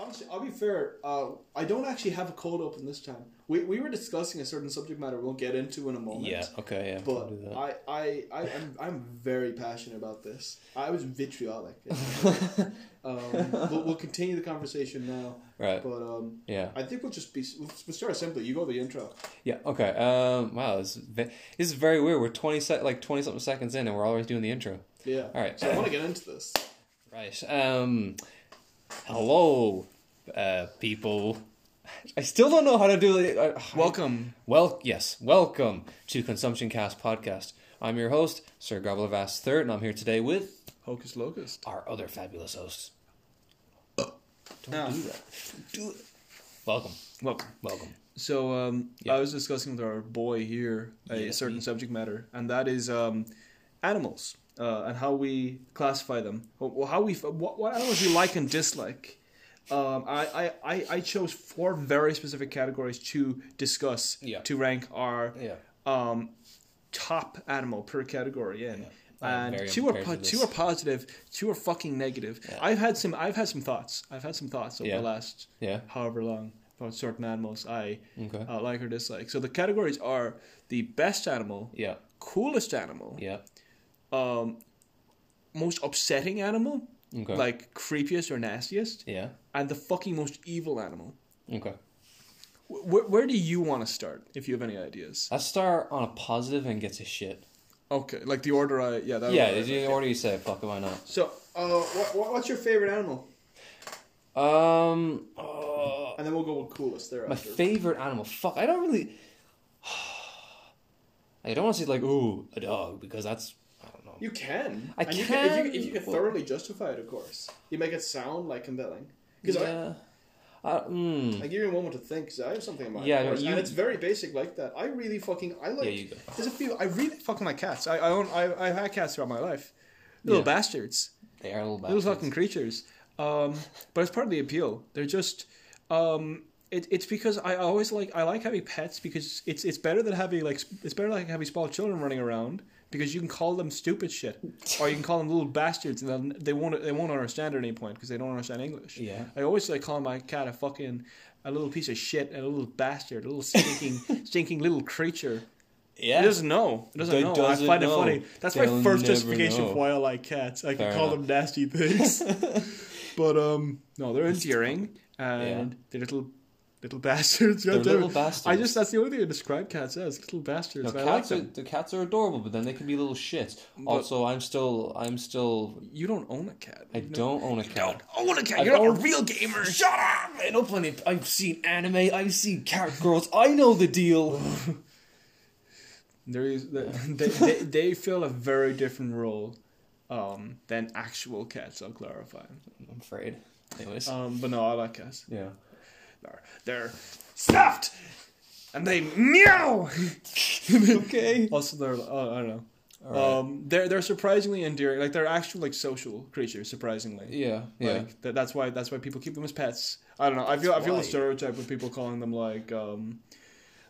actually, I'll be fair. Uh, I don't actually have a cold open this time. We, we were discussing a certain subject matter we'll get into in a moment. Yeah. Okay. Yeah. we'll But do that. I, I, I, I'm, I'm very passionate about this. I was vitriolic. um, we'll, we'll continue the conversation now. right. But um, Yeah. I think we'll just be. We'll, we'll start simply. You go the intro. Yeah. Okay. Um. Wow. This is, ve- this is very weird. We're twenty sec- like twenty something seconds in, and we're already doing the intro. Yeah. All right. So I want to get into this. Right. Um. Hello, uh, people. I still don't know how to do it. I- I- Welcome. Well, yes, welcome to Consumption Cast podcast. I'm your host, Sir Gobbler Vast Third, and I'm here today with Hocus Locust. our other fabulous hosts. Ah. Welcome, Welcome. welcome. So um, Yeah. Mm-hmm. I was discussing with our boy here a Yes, certain me. subject matter, and that is um, animals uh, and how we classify them, Well, how we what, what animals we like and dislike. Um, I, I, I- I chose four very specific categories to discuss Yeah. Mm-hmm. to rank our Yeah. um, top animal per category in. I'm very And two are unprepared po- for this. two are positive, two are fucking negative. I've had some I've had some thoughts. I've had some thoughts over Yeah. the last Yeah. however long about certain animals I Okay. uh, like or dislike. So the categories are the best animal, Yeah. coolest animal, Yeah. um, most upsetting animal, Okay. like creepiest or nastiest, Yeah. and the fucking most evil animal. Okay. Wh- Where, where do you want to start if you have any ideas? Let's start on a positive and get to shit. Okay, like the order I yeah that Yeah, order I- you already said fuck. Why not? So, uh, what, what, what's your favorite animal? Um, oh, And then we'll go with coolest my thereafter. favorite animal. Fuck, I don't really. I don't want to say like ooh a dog because that's I don't know. you can. I and You can, if you, can- if you can well- thoroughly justify it, of course. You make it sound like compelling. Because I, yeah. I, mm, I give you a moment to think because I have something in mind. Yeah, of no, course, you- and it's very basic like that. I really fucking I like. Yeah, you go. There's a few. I really fucking like cats. I, I own. I, I've had cats throughout my life. Little Yeah. bastards. they are little bastards. Little fucking creatures. Um, but it's part of the appeal. They're just. Um, it, it's because I always like I like having pets because it's it's better than having like sp- it's better like having small children running around because you can call them stupid shit or you can call them little bastards and then they won't they won't understand at any point because they don't understand English. Yeah. I always like calling my cat a fucking a little piece of shit and a little bastard, a little stinking stinking little creature. Yeah. It doesn't know. It doesn't They know. I doesn't find know. it funny. That's They'll my first never justification know. for why I like cats. I can Fair call them enough. nasty things. but um no, they're endearing and Yeah. they're little little bastards. They're God damn it. little bastards. I just that's the only thing I describe cats as little bastards. No, and I like cats are them. the cats are adorable, but then they can be little shits. also, I'm still I'm still You don't own a cat. I don't own a cat. own a cat. I've You're not a owned- real gamer. Shut up! I know plenty. Of, I've seen anime. I've seen cat girls. I know the deal. There is they, they, they fill a very different role um than actual cats. I'll clarify. I'm afraid. Anyways, Um, but no, I like cats. yeah. They're, they're stuffed, and they meow. okay. also, they're oh, I don't know. Alright. Um, they're they're surprisingly endearing. Like they're actual like social creatures. Surprisingly, Yeah. Yeah. Like th- that's why that's why people keep them as pets. I don't know. I feel I feel why. a stereotype with people calling them like um,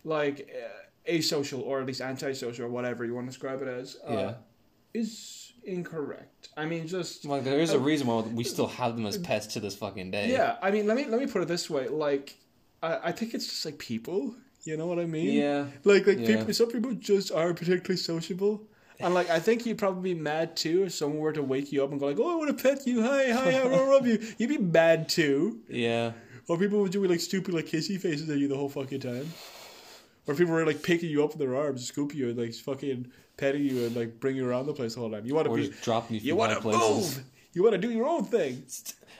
like uh, asocial or at least antisocial or whatever you want to describe it as. Uh, yeah. is incorrect. I mean, just Like there is a reason why we still have them as pets to this fucking day. yeah. I mean, let me let me put it this way. Like, I, I think it's just like people. You know what I mean? Yeah. Like like Yeah. people, some people just aren't particularly sociable. And like I think you'd probably be mad too if someone were to wake you up and go like, "Oh, I want to pet you. Hi, hi, I want to rub you." You'd be mad too. Yeah. Or people would do like stupid like kissy faces at you the whole fucking time. Or people were like picking you up in their arms, scoop you, and like fucking petting you and like bring you around the place the whole time. You want to Or be, just drop me. you from want high to places. move, you want to do your own thing.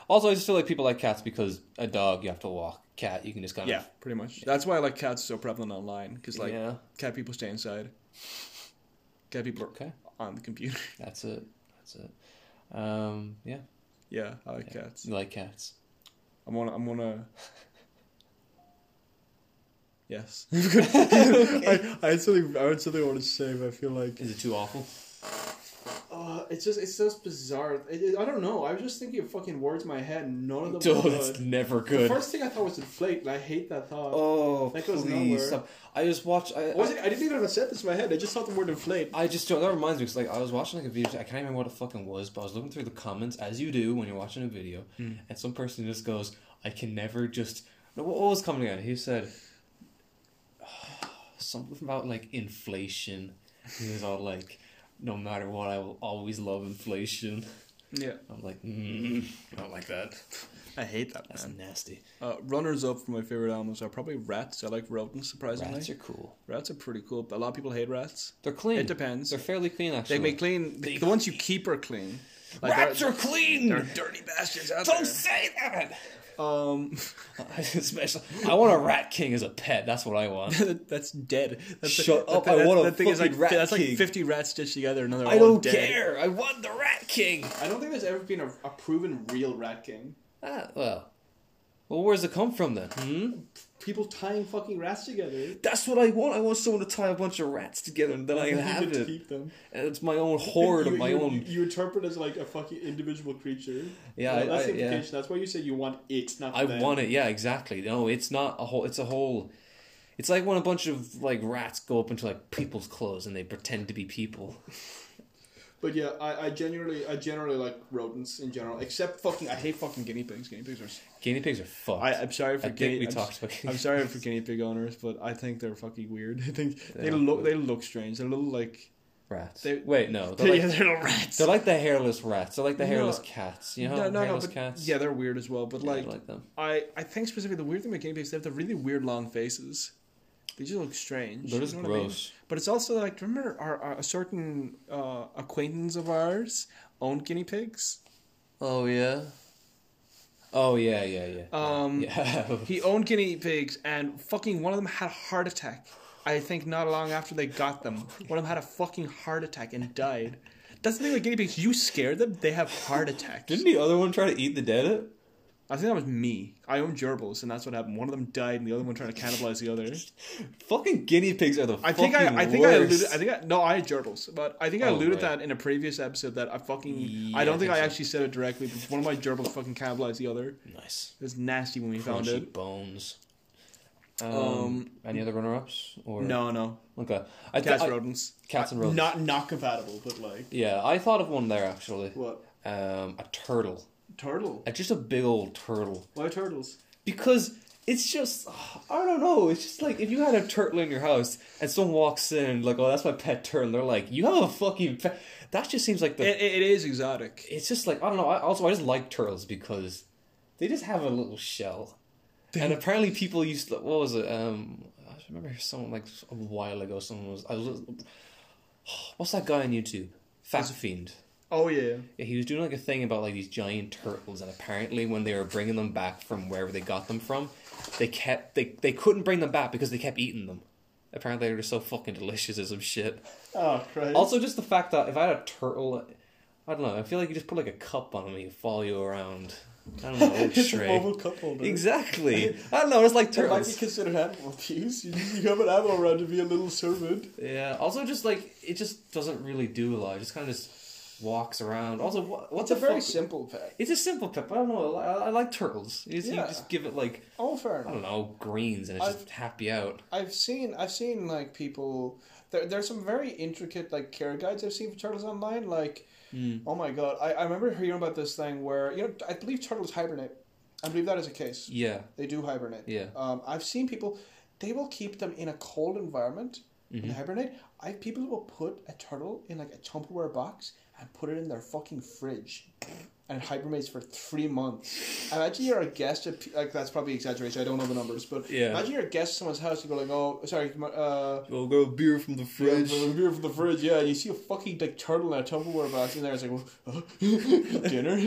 Also, I just feel like people like cats because a dog you have to walk. Cat you can just kind Yeah, of pretty much. That's why like cats are so prevalent online because like Yeah. cat people stay inside. Cat people are Okay. on the computer. That's it. That's it. Um. Yeah. yeah, I like cats. You like cats. I'm gonna. I'm gonna. Yes. I, I had something. I had something I wanted to say, but I feel like Is it too awful? Uh, it's just it's just bizarre. It, it- I don't know. I was just thinking of fucking words in my head. and None of them. Dude, were it's good. never The good. first thing I thought was inflate, and I hate that thought. oh, That goes nowhere. please stop. I just watched. I, I, wasn't, I didn't even have a sentence in my head. I just thought the word inflate. I just don't. That reminds me, 'cause, like I was watching like a video. I can't remember what it fucking was, but I was looking through the comments as you do when you're watching a video, Hmm. and some person just goes, "I can never just." No, what what was coming out? He said "Ah, something about like inflation. He was all like, "No matter what, I will always love inflation." Yeah, I'm like, mm, I don't like that. I hate that That's nasty. Uh, runners up for my favorite animals are probably rats. I like rodents surprisingly. Rats Rats are are, cool. pretty cool. but A lot of people hate rats. They're clean. It depends. They're fairly clean actually. They make clean. They- the ones you keep are clean. rats they're, are clean. they're dirty bastards out don't say that. there. Um, Special. I want a rat king as a pet. That's what I want. that's dead. That's Shut that, up, That, I want a that thing is like fucking rat that's king. like fifty rats stitched together. and they're I all don't dead. care. I want the rat king. I don't think there's ever been a, a proven real rat king. Ah, well, well, where's it come from then? Hmm? People tying fucking rats together. That's what I want. I want someone to tie a bunch of rats together and then I can You have could it. keep them. And It's my own horde you, of my you, own. You interpret as like a fucking individual creature. Yeah, Well, I- that's I- the yeah. implication. That's why you say you want it, not I them. want it. Yeah, exactly. No, it's not a whole. It's a whole. It's like when a bunch of like rats go up into like people's clothes and they pretend to be people. But yeah, I, I generally I generally like rodents in general, except fucking I hate fucking guinea pigs. Guinea pigs are. s- Guinea pigs are fucked. I, I'm sorry for I think guinea. we I'm, talked about guinea I'm sorry for guinea pig owners, but I think they're fucking weird. I think they Yeah. look they look strange. They're little like rats. they- Wait, no. They're they're, like, yeah, they're little rats. They're like the hairless rats. They're like the No. hairless cats. You know, no, no, no, hairless but cats. yeah, they're weird as well. But Yeah, I like, like them. I, I think specifically the weird thing about guinea pigs, they have the really weird long faces. They just look strange. They're you just know what I mean? gross. But it's also like, do you remember our, our, a certain uh, acquaintance of ours owned guinea pigs? Oh yeah. Oh yeah, yeah, yeah. Um, yeah. He owned guinea pigs, and fucking one of them had a heart attack. I think not long after they got them, one of them had a fucking heart attack and died. That's the thing with guinea pigs. You scare them, they have heart attacks. Didn't the other one try to eat the dead? I think that was me. I own gerbils, and that's what happened. One of them died, and the other one trying to cannibalize the other. Fucking guinea pigs are the I think I, fucking I think I alluded. worst. I think I, no, I had gerbils, but I think I Oh, alluded right. that in a previous episode that I fucking. Yeah, I I don't think, I think so. actually said it directly, but one of my gerbils fucking cannibalized the other. nice. It was nasty when we found Crunchy it. bones. Um, Um, any other runner-ups or No, no, Okay, I th- uh, cats I- rodents. Cats and rodents. Not not compatible, but like yeah, I thought of one there actually. what Um, a turtle, turtle? Uh, just a big old turtle. Why turtles? because it's just I don't know. It's just like if you had a turtle in your house and someone walks in like, oh, that's my pet turtle. They're like, you have a fucking pet. That just seems like the. It, it, it is exotic. it's just like I don't know. I, also, I just like turtles because they just have a little shell, and apparently people used to. What was it? Um, I remember someone like a while ago. Someone was. I was. What's that guy on YouTube? Fat fiend. Oh yeah. Yeah, he was doing like a thing about like these giant turtles, and apparently when they were bringing them back from wherever they got them from, they kept they they couldn't bring them back because they kept eating them. Apparently they were so fucking delicious or some shit. Oh Christ! Also, just the fact that if I had a turtle, I don't know. I feel like you just put like a cup on him and you follow you around. I don't know. it's an stray. oval cup holder. Exactly. I don't know. It's like It might be turtles. considered animal abuse. You, you have an animal around to be a little servant. Yeah. Also, just like it just doesn't really do a lot. It just kind of just walks around. Also, what, what's a very simple pet. It's a simple pep. I don't know. I, I like turtles. You just, you Yeah. just give it like Oh, fair I don't know greens and it's just happy out. I've seen I've seen like people there there's some very intricate like care guides I've seen for turtles online like Hmm. oh my god I, I remember hearing about this thing where you know I believe turtles hibernate I believe that is the case Yeah, they do hibernate Yeah. um, I've seen people they will keep them in a cold environment Mm-hmm. and hibernate I people will put a turtle in like a Tupperware box and put it in their fucking fridge and it hibernates for three months. Imagine you're a guest at pe- like that's probably exaggeration. I don't know the numbers, but Yeah. imagine you're a guest at someone's house. You go like, oh, sorry, my- uh, I'll go beer from the yeah, from- beer from the fridge. Yeah, and you see a fucking like turtle in a Tupperware box in there. It's like well, dinner.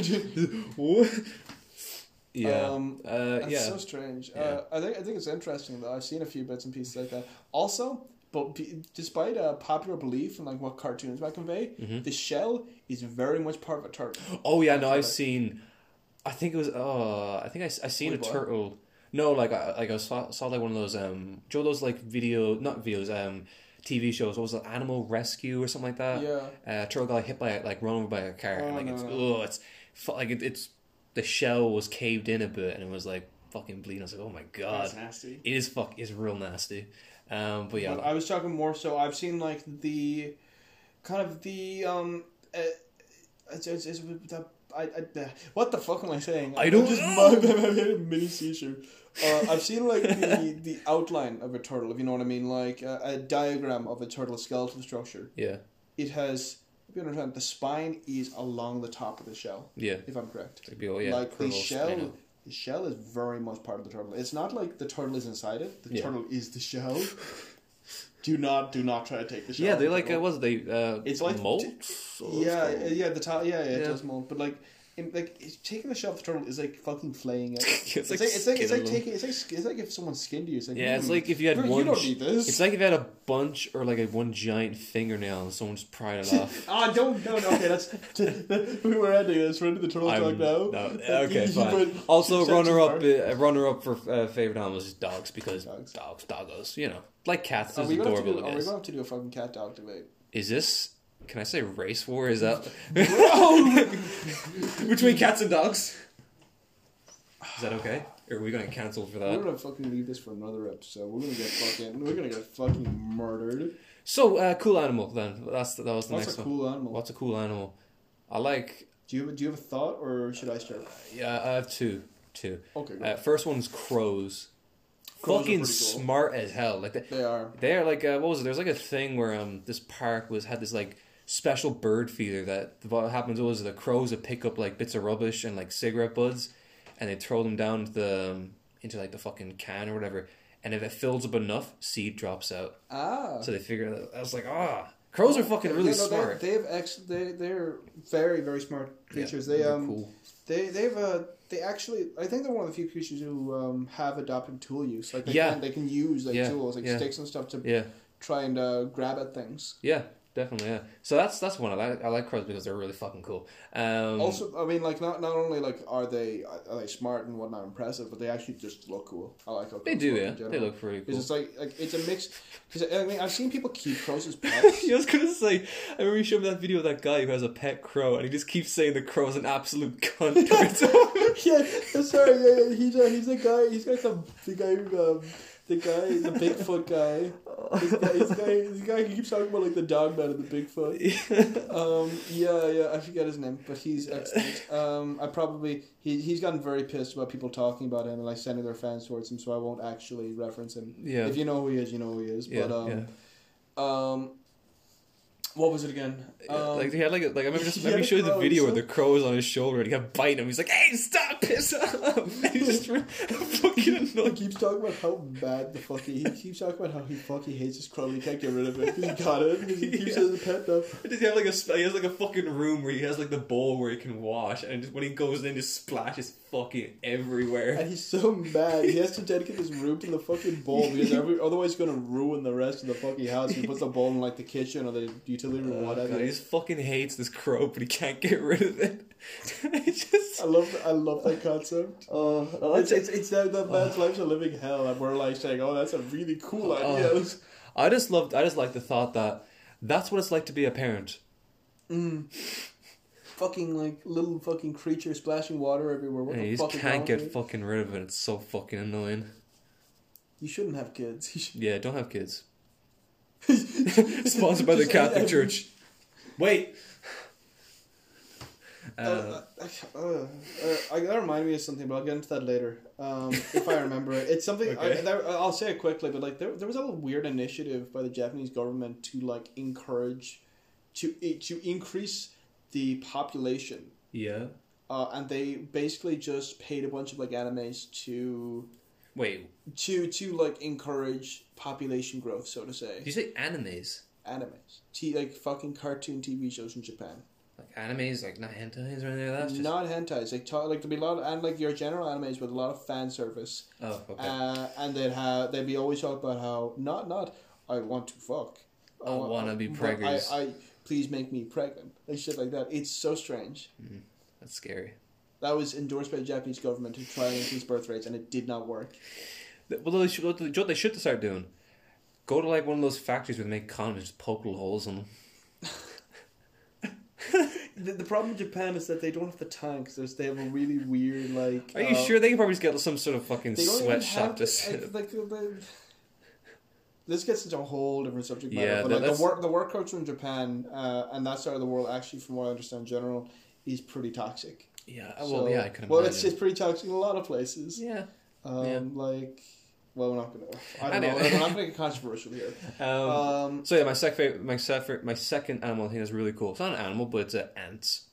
Yeah, Um, uh, That's yeah. so strange. Uh, I think I think it's interesting though. I've seen a few bits and pieces like that. Also, but p- despite uh, popular belief and like what cartoons might convey, Mm-hmm. the shell is very much part of a turtle. oh yeah, no, I've seen. I think it was. Uh, I think I, s- I seen Wait, a what? turtle. No, like I like I saw saw like one of those um Joe those like video not videos um TV shows. What was it, Animal Rescue or something like that? Yeah. Uh, turtle got hit by a, like run over by a car. and, like no, it's no. oh, it's fu- like it, it's the shell was caved in a bit and it was like fucking bleeding. I was like, oh my god, That's nasty. it is fuck, it's real nasty. Um, but yeah, But I was talking more so. I've seen like the kind of the um. Uh, it's, it's, it's with the, I, I, the, what the fuck am I saying? I don't just know. mugged- I had a mini seizure. Uh, I've seen like the, the outline of a turtle, if you know what I mean, like a, a diagram of a turtle skeletal structure. yeah, It has, if you understand, the spine is along the top of the shell, yeah. if I'm correct. It'd be, oh, yeah, like the curls, I shell, know. the shell is very much part of the turtle. It's not like the turtle is inside it. The Yeah. turtle is the shell. do not, do not try to take the shell. Yeah, out they of the like uh, turtle. what is it, they uh, It's like- mold. yeah, yeah, yeah, the top, yeah, yeah, it Yeah. does mold, but like. in- like it's- taking the shell off the turtle is like fucking flaying it. It's It's, like like, it's like it's like skinning them. taking it's like sk- it's like if someone skinned you. It's like Yeah, it's "Hmm, like if you had you one. don't sh- need this. It's like if you had a bunch or like a one giant fingernail and someone just pried it off. Ah, don't, no, no, okay, that's. we were ending this. We're into the turtle I'm- talk now. no, okay, You fine. went- Also, you went too runner up, far. uh, runner up for uh, favorite animals is dogs because dogs, Dogs. doggos, you know, like cats. Are This we is gonna have to adorable, do? Are we guys. gonna have to do a fucking cat dog debate? Is this? Can I say race war? Is that between cats and dogs? Is that okay? Or are we gonna cancel for We're that? gonna fucking leave this for another episode. We're gonna get fucking. We're gonna get fucking murdered. So, uh, cool animal then. That's that was the What's next a one. cool animal? What's a cool animal? I like. Do you have, do you have a thought or should I start? Yeah, I have two. Two. Okay, go. Uh, first one's crows. Crows are pretty Fucking cool. smart as hell. Like they, They are. they're like uh, what was it? There's like a thing where um this park was had this like special bird feeder that what happens was the crows would pick up like bits of rubbish and like cigarette buds, and they throw them down to the um, into like the fucking can or whatever. And if it fills up enough, seed drops out. Ah. So they figure that I was like, ah, crows are fucking really No, no, they- smart. They, have ex- they they're very very smart creatures. they they're um cool. they they've uh they actually I think they're one of the few creatures who um have adopted tool use. Like they Yeah. can they can use like Yeah, tools like yeah. sticks and stuff to Yeah. try and uh, grab at things. Yeah, definitely. Yeah. So that's that's one I like. I like crows because they're really fucking cool. Um, Also, I mean, like not not only like are they are they smart and whatnot impressive, but they actually just look cool. I like how they crows do. look in Yeah, general. they look pretty It's cool. just like like it's a mix. 'cause, I mean, I've seen people keep crows as pets. I was gonna say, I remember you showed me that video of that guy who has a pet crow, and he just keeps saying the crow is an absolute cunt. towards him. yeah, I'm sorry. Yeah, yeah, he's a, he's a guy. He's got the the guy who um, the guy the Bigfoot guy. This guy, this guy, this guy who keeps talking about like the dog man and the Bigfoot. Um, yeah, yeah, I forget his name, but he's excellent. Um, I probably he he's gotten very pissed about people talking about him and like sending their fans towards him, so I won't actually reference him. Yeah. If you know who he is, you know who he is. yeah, but um, yeah. um, what was it again? Yeah, Um, like he had like a, like I remember just he remember had you a showed the crow, video where so- the crow was on his shoulder and he kept biting him. He's like, "Hey, stop! Piss off!" And he's just re- fucking He annoyed. keeps talking about how bad the fuck he, he keeps talking about how he fuck he hates his crow. He can't get rid of it. He got it. He keeps it as a pet now. Does he have like a sp- he has like a fucking room where he has like the bowl where he can wash, and just, when he goes in, just splashes fucking everywhere. And he's so mad. He has to dedicate this room to the fucking bowl because every, otherwise he's gonna ruin the rest of the fucking house. He puts the bowl in like the kitchen or the utility room or Oh, God, whatever. he just fucking hates this crow, but he can't get rid of it. He just. I love I love that concept. Oh, It's it's, it's that, that man's life's a living hell, and we're like saying, "Oh, that's a really cool idea." Let's- I just loved. I just like the thought that that's what it's like to be a parent. mm. fucking like little fucking creature splashing water everywhere. What And the you fuck just is can't wrong get with you? fucking rid of it. It's so fucking annoying. You shouldn't have kids. You should Yeah, don't have kids. Sponsored by the Just- Catholic Church. Wait. Uh, Uh, uh, uh, uh, that reminded me of something, but I'll get into that later um, if I remember it. It's something Okay. I, there, I'll say it quickly, but like there, there was a little weird initiative by the Japanese government to like encourage to eh, to increase the population, yeah. uh, and they basically just paid a bunch of like animes to Wait. to to like encourage population growth, so to Did say. you say animes? Animes, T, like fucking cartoon TV shows in Japan. Like animes, like not hentais or anything like that. It's just- not hentais. Like ta- like there'd be a lot of, and like your general animes with a lot of fan service. Oh, okay. Uh, and they'd have they'd be always talking about how not not I want to fuck. I wa- wanna be but preggers." I, I please make me pregnant. Like shit like that. It's so strange. That's scary. That was endorsed by the Japanese government to try and increase birth rates, and it did not work. Well, they should, you know what they should start doing? Go to like one of those factories where they make condoms, just poke little holes in them. The, the problem in Japan is that they don't have the tanks. There's, they have a really weird like. Are you uh, sure they can probably just get some sort of fucking They don't even sweatshop have to like, like, the- this gets into a whole different subject matter. Yeah, but that- like that's- the work the work culture in Japan uh, and that side of the world, actually, from what I understand, in general, is pretty toxic. Yeah, uh, Oh, well, So- yeah, I could Well, imagine. it's it's pretty toxic in a lot of places. yeah. Um, Like, well, we're not gonna. I don't Anyway. know. We're not gonna get controversial here. Um, Um, so yeah, my second, my second, my second animal thing is really cool. It's not an animal, but it's uh, ants.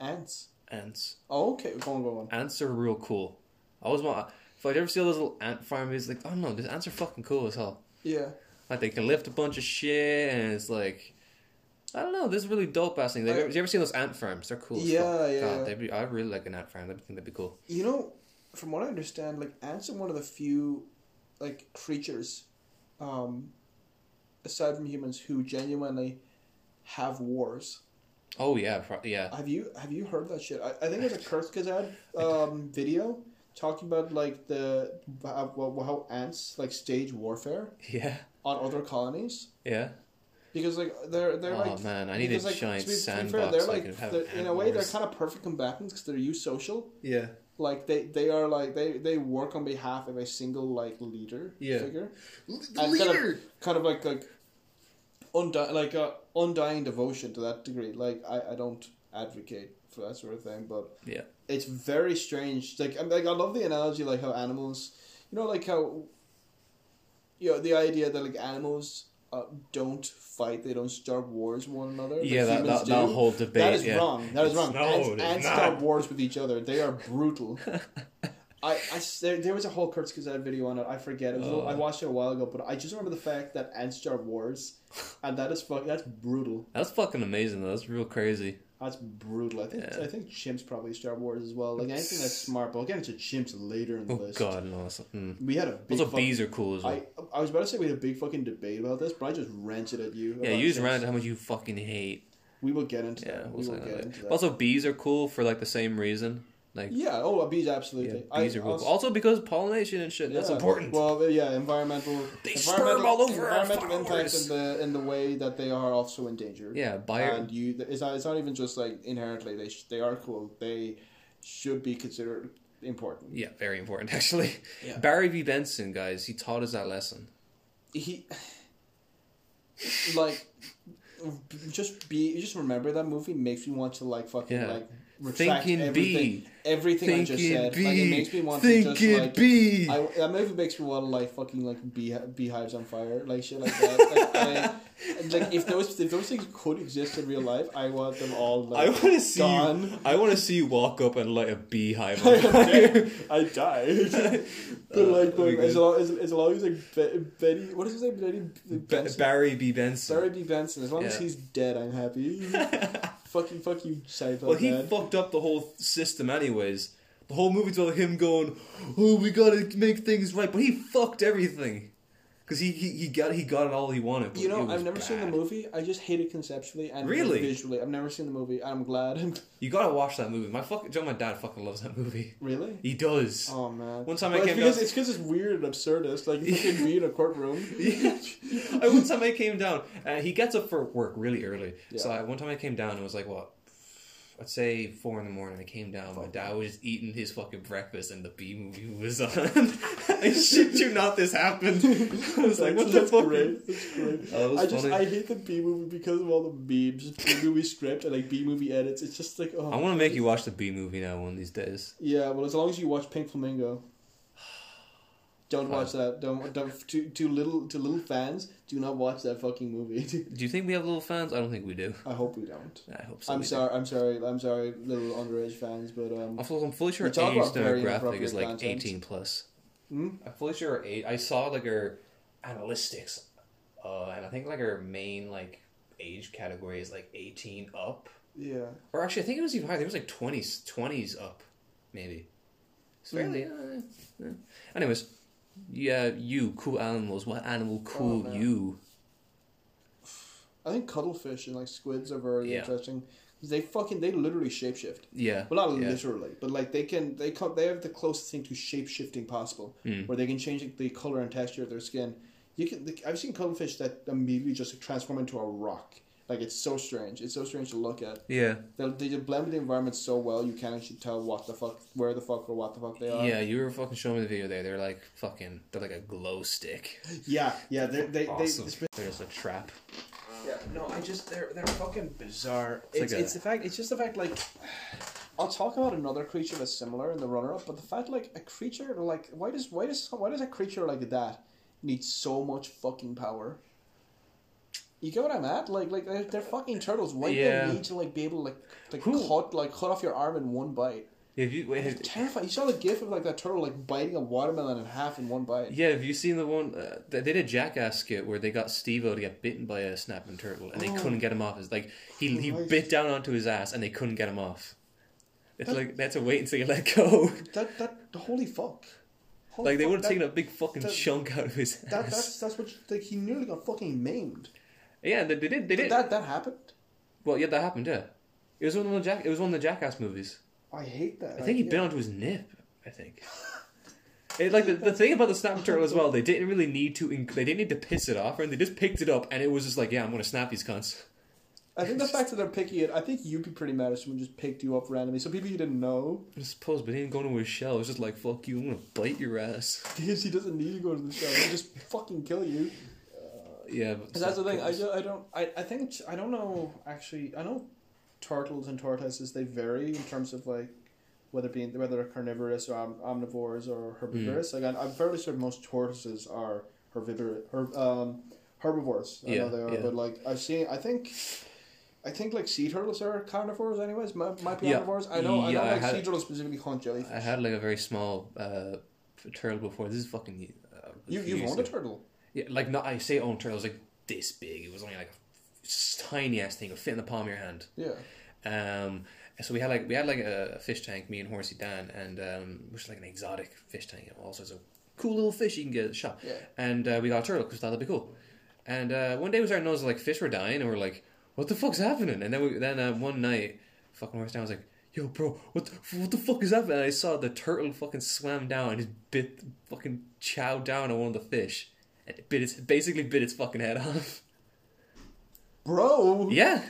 ants. Ants. Oh, okay, go on, go on. Ants are real cool. I always want. If I ever see all those little ant farm, it's like, oh no, these ants are fucking cool as hell. Yeah. Like they can lift a bunch of shit, and it's like, I don't know, this is really dope ass thing. Like, I- you ever seen those ant farms? They're cool. as Yeah, fuck. yeah, God, yeah. they'd be, I really like an ant farm. I think that'd be cool. You know, from what I understand, like ants are one of the few, like creatures, um, aside from humans, who genuinely have wars. Oh yeah, pro- yeah. Have you have you heard that shit? I, I think it's a Kurtz Kazad um, video talking about like the how, how ants like stage warfare Yeah, on other colonies. yeah. Because like they're they're Oh, like man, I need because, a giant sandbox they're so I like can have they're- ant in a way they're wars. kind of perfect combatants because they're eusocial. Yeah. Like they they are like they they work on behalf of a single like leader Yeah. figure. And kind of kind of like like undi- like uh, undying devotion to that degree. Like I I don't advocate for that sort of thing, but Yeah. it's very strange. Like, I'm, like I love the analogy, like how animals, you know, like how, you know, the idea that like animals uh, don't fight, they don't start wars with one another. but Yeah, that, humans that, that do. whole debate. That is yeah. wrong. That is It's- wrong. no, it ants is ants not. start wars with each other. They are brutal. I, I s- there, there was a whole Kurtz Gazette video on it. I forget. It was, Oh. I watched it a while ago, but I just remember the fact that ants start wars, and that is fuck. That's brutal. That's fucking amazing though. That's real crazy. That's brutal. I think Yeah. I think chimps probably Star Wars as well. Like anything that's smart, but we'll get into chimps later in the Oh list. god, no. that's- mm. We had a big Also, fuck- bees are cool as well. I I was about to say we had a big fucking debate about this, but I just ranted at you. yeah, about you just chimps. ranted how much you fucking hate. We will get into Yeah, that. we'll we say will that get later. into that. Also, bees are cool for like the same reason. Like yeah, oh bees yeah, absolutely. bees I, are cool. also- Also because pollination and shit. That's yeah. important. Well, yeah, environmental. They environmental, sperm all over our environmental impact flowers. in the in the way that they are also endangered. yeah, bio. and you it's not, it's not even just like inherently they sh- they are cool. They should be considered important. Yeah, very important actually. Yeah. Barry V Benson, guys, he taught us that lesson. he like just be just remember that movie makes me want to like fucking Yeah. like retract Thinking everything bee. everything I just Thinking said like it makes me bee. want to just Thinking like bee. I, that movie makes me want to like fucking like bee, beehives on fire like shit like that like, I, like if those if those things could exist in real life I want them all like I want to see. gone You, I want to see you walk up and light a beehive on fire. I died but Uh, like, that'd be like as good. long as, as long as like Be- Betty what is his name Betty Ba- Benson? Barry B Benson. Sorry, B. Benson. As long as Yeah. he's dead, I'm happy. Fucking fuck you, Seinfeld Well, he man. fucked up the whole system, anyways. The whole movie's about him going, "Oh, we gotta make things right," but he fucked everything because he, he he got he got it all he wanted. but you know, it was I've never seen the bad. movie. I just hate it conceptually and Really? visually. I've never seen the movie. and I'm glad. You gotta watch that movie. My fuck, Joe, my dad fucking loves that movie. really? He does. Oh man. One time I Well, it's came because down- it's because it's weird and absurdist. Like you can be in a courtroom. Yeah. I, one time I came down, uh, he gets up for work really early. So Yeah. I, one time I came down, it was like what, I'd say four in the morning. I came down, my dad was just eating his fucking breakfast, and the B movie was on. I shit you not, this happened. I was like, what the That's fuck? Great. That's great. Oh, it was I just funny. I hate the B movie because of all the memes, B movie script, and like B movie edits. It's just like oh. I want to make you watch the B movie now one of these days. Yeah, well, as long as you watch Pink Flamingo, don't watch that. Don't don't to to little to little fans. Do not watch that fucking movie. Do you think we have little fans? I don't think we do. I hope we don't. I hope so. I'm we do. sorry. I'm sorry. I'm sorry, little underage fans. But um, I'm full- I'm fully sure We our talk age about very demographic inappropriate is like content. 18 plus. Hmm? I'm fully sure our age. I saw like our analytics, uh, and I think like our main like age category is like 18 up, yeah, or actually I think it was even higher. I think it was like 20s, 20s up, maybe. It's fairly. Hmm. uh, yeah. Anyways, yeah, you cool animals. What animal cool Oh, man. you? I think cuttlefish and like squids are very Yeah. interesting. 'Cause They fucking they literally shapeshift. Yeah. Well, not yeah. literally, but like they can they Hmm. come they have the closest thing to shape shifting possible, where they can change the color and texture of their skin. You can. Like, I've seen cuttlefish that immediately just transform into a rock. Like it's so strange. It's so strange to look at. Yeah. They they just blend with the environment so well. You can't actually tell what the fuck, where the fuck, or what the fuck they are. Yeah, you were fucking showing me the video there. They're like fucking. They're like a glow stick. yeah, yeah. They they, Awesome. they There's a trap. Yeah, no, I just they're they're fucking bizarre. It's it's, like a- the fact. It's just the fact. Like, I'll talk about another creature that's similar in the runner up, but the fact like a creature like why does why does why does a creature like that need so much fucking power? You get what I'm at? Like like they're, they're fucking turtles. Why do Yeah. they need to like be able to like like Who- cut like cut off your arm in one bite? Have you have, Terrifying. You saw the gif of like that turtle like biting a watermelon in half in one bite. yeah, have you seen the one uh, they they did a jackass skit where they got Steve-O to get bitten by a snapping turtle and they couldn't get him off. It's like he he Oh. Christ. bit down onto his ass and they couldn't get him off. It's like they had to wait until you let go. That that holy fuck. Holy like they fuck, would have that- taken a big fucking that- chunk out of his ass. That, that's that's what like, he nearly got fucking maimed. yeah, they, they did. They did. That that happened. well, yeah, that happened. Yeah, it was one of the jack. It was one of the jackass movies. I hate that. I think he bit onto his nip. I think. It, like the, the thing about the snap turtle as well, they didn't really need to. Inc- they didn't need to piss it off, and they just picked it up, and it was just like, yeah, I'm gonna snap these cunts. I think the fact that they're picking it, I think you'd be pretty mad if someone just picked you up randomly. So people you didn't know, I suppose, but he didn't go into his shell. It was just like, fuck you, I'm gonna bite your ass. because he doesn't need to go to the show, he'll just fucking kill you. Uh, Yeah, but 'Cause that's the thing. I, ju- I don't. I, I think it's- I don't know. Actually, I know turtles and tortoises they vary in terms of like whether being whether they're carnivorous or om- omnivores or herbivorous. Mm. Like I, I'm fairly certain most tortoises are herbivorous. Her, um, herbivores. I Yeah, know they are, yeah. but like I've seen. I think. I think like sea turtles are carnivores, anyways. Might, might be Yeah. omnivores. I know. I know. Yeah, I like had- sea turtles specifically hunt jellyfish. I had like a very small uh, turtle before. This is fucking. Uh, you you've years owned a ago. turtle. Yeah, like not. I say own turtle. It was like this big. It was only like a tiny ass thing. It would fit in the palm of your hand. Yeah. Um, so we had like we had like a, a fish tank, me and Horsey Dan, and um, which is like an exotic fish tank, and all sorts of cool little fish you can get at the shop. Yeah. And uh, we got a turtle because we thought that'd be cool. And uh, one day we started noticing like fish were dying, and we're like, "What the fuck's happening?" And then we then uh, one night, fucking Horsey Dan was like, "Yo, bro, what the, what the fuck is happening?" And I saw the turtle fucking swam down and just bit fucking chowed down on one of the fish, and it bit its basically bit its fucking head off. Bro, yeah,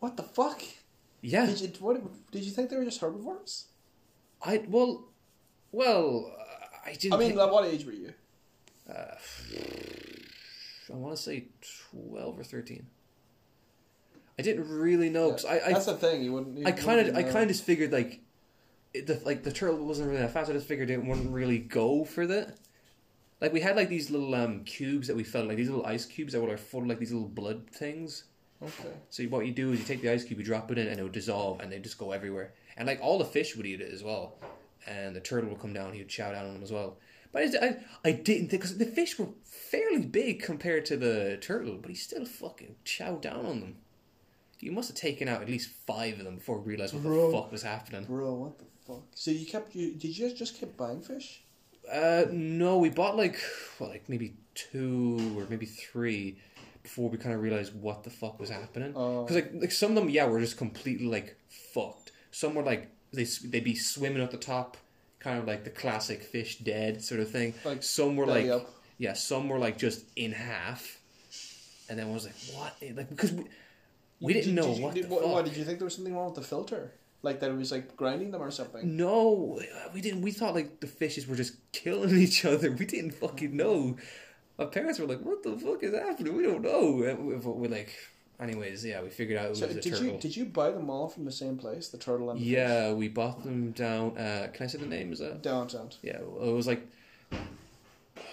what the fuck? yeah. Did you what? Did you think they were just herbivores? I well, well, uh, I didn't. I mean, think- like, what age were you? I want to say twelve or thirteen. I didn't really know 'cause I, I, That's the thing. You wouldn't. You I kind of, wouldn't I know. kind of just figured like, it, the like the turtle wasn't really that fast. I just figured it wouldn't really go for that. Like we had like these little um cubes that we felt like these little ice cubes that were like full of like these little blood things. Okay. So you- what you do is you take the ice cube, you drop it in, and it would dissolve, and they just go everywhere. And like all the fish would eat it as well, and the turtle would come down, he would chow down on them as well. But I, I, I didn't think because the fish were fairly big compared to the turtle, but he still fucking chowed down on them. You must have taken out at least five of them before you realized what Bro. the fuck was happening. Bro, what the fuck? So you kept you? Did you just keep buying fish? Uh, no, we bought like well, like maybe two or maybe three before we kind of realized what the fuck was happening. Oh. Because like like some of them, yeah, were just completely like fucked. Some were like they s- they'd be swimming at the top, kind of like the classic fish dead sort of thing. Like, some were like belly up. yeah, some were like just in half, and then one was like what like because we, we Did- didn't know did you- what did- the fuck. Did you think there was something wrong with the filter? Like that it was like grinding them or something? No, we didn't. We thought like the fishes were just killing each other. We didn't fucking know. My parents were like, "What the fuck is happening? We don't know." And we- But we're like, anyways, yeah, we figured out it was So a did turtle. you did you buy them all from the same place? The turtle and the yeah, we bought them down. Uh, can I say the name? Is that? downtown Yeah, it was like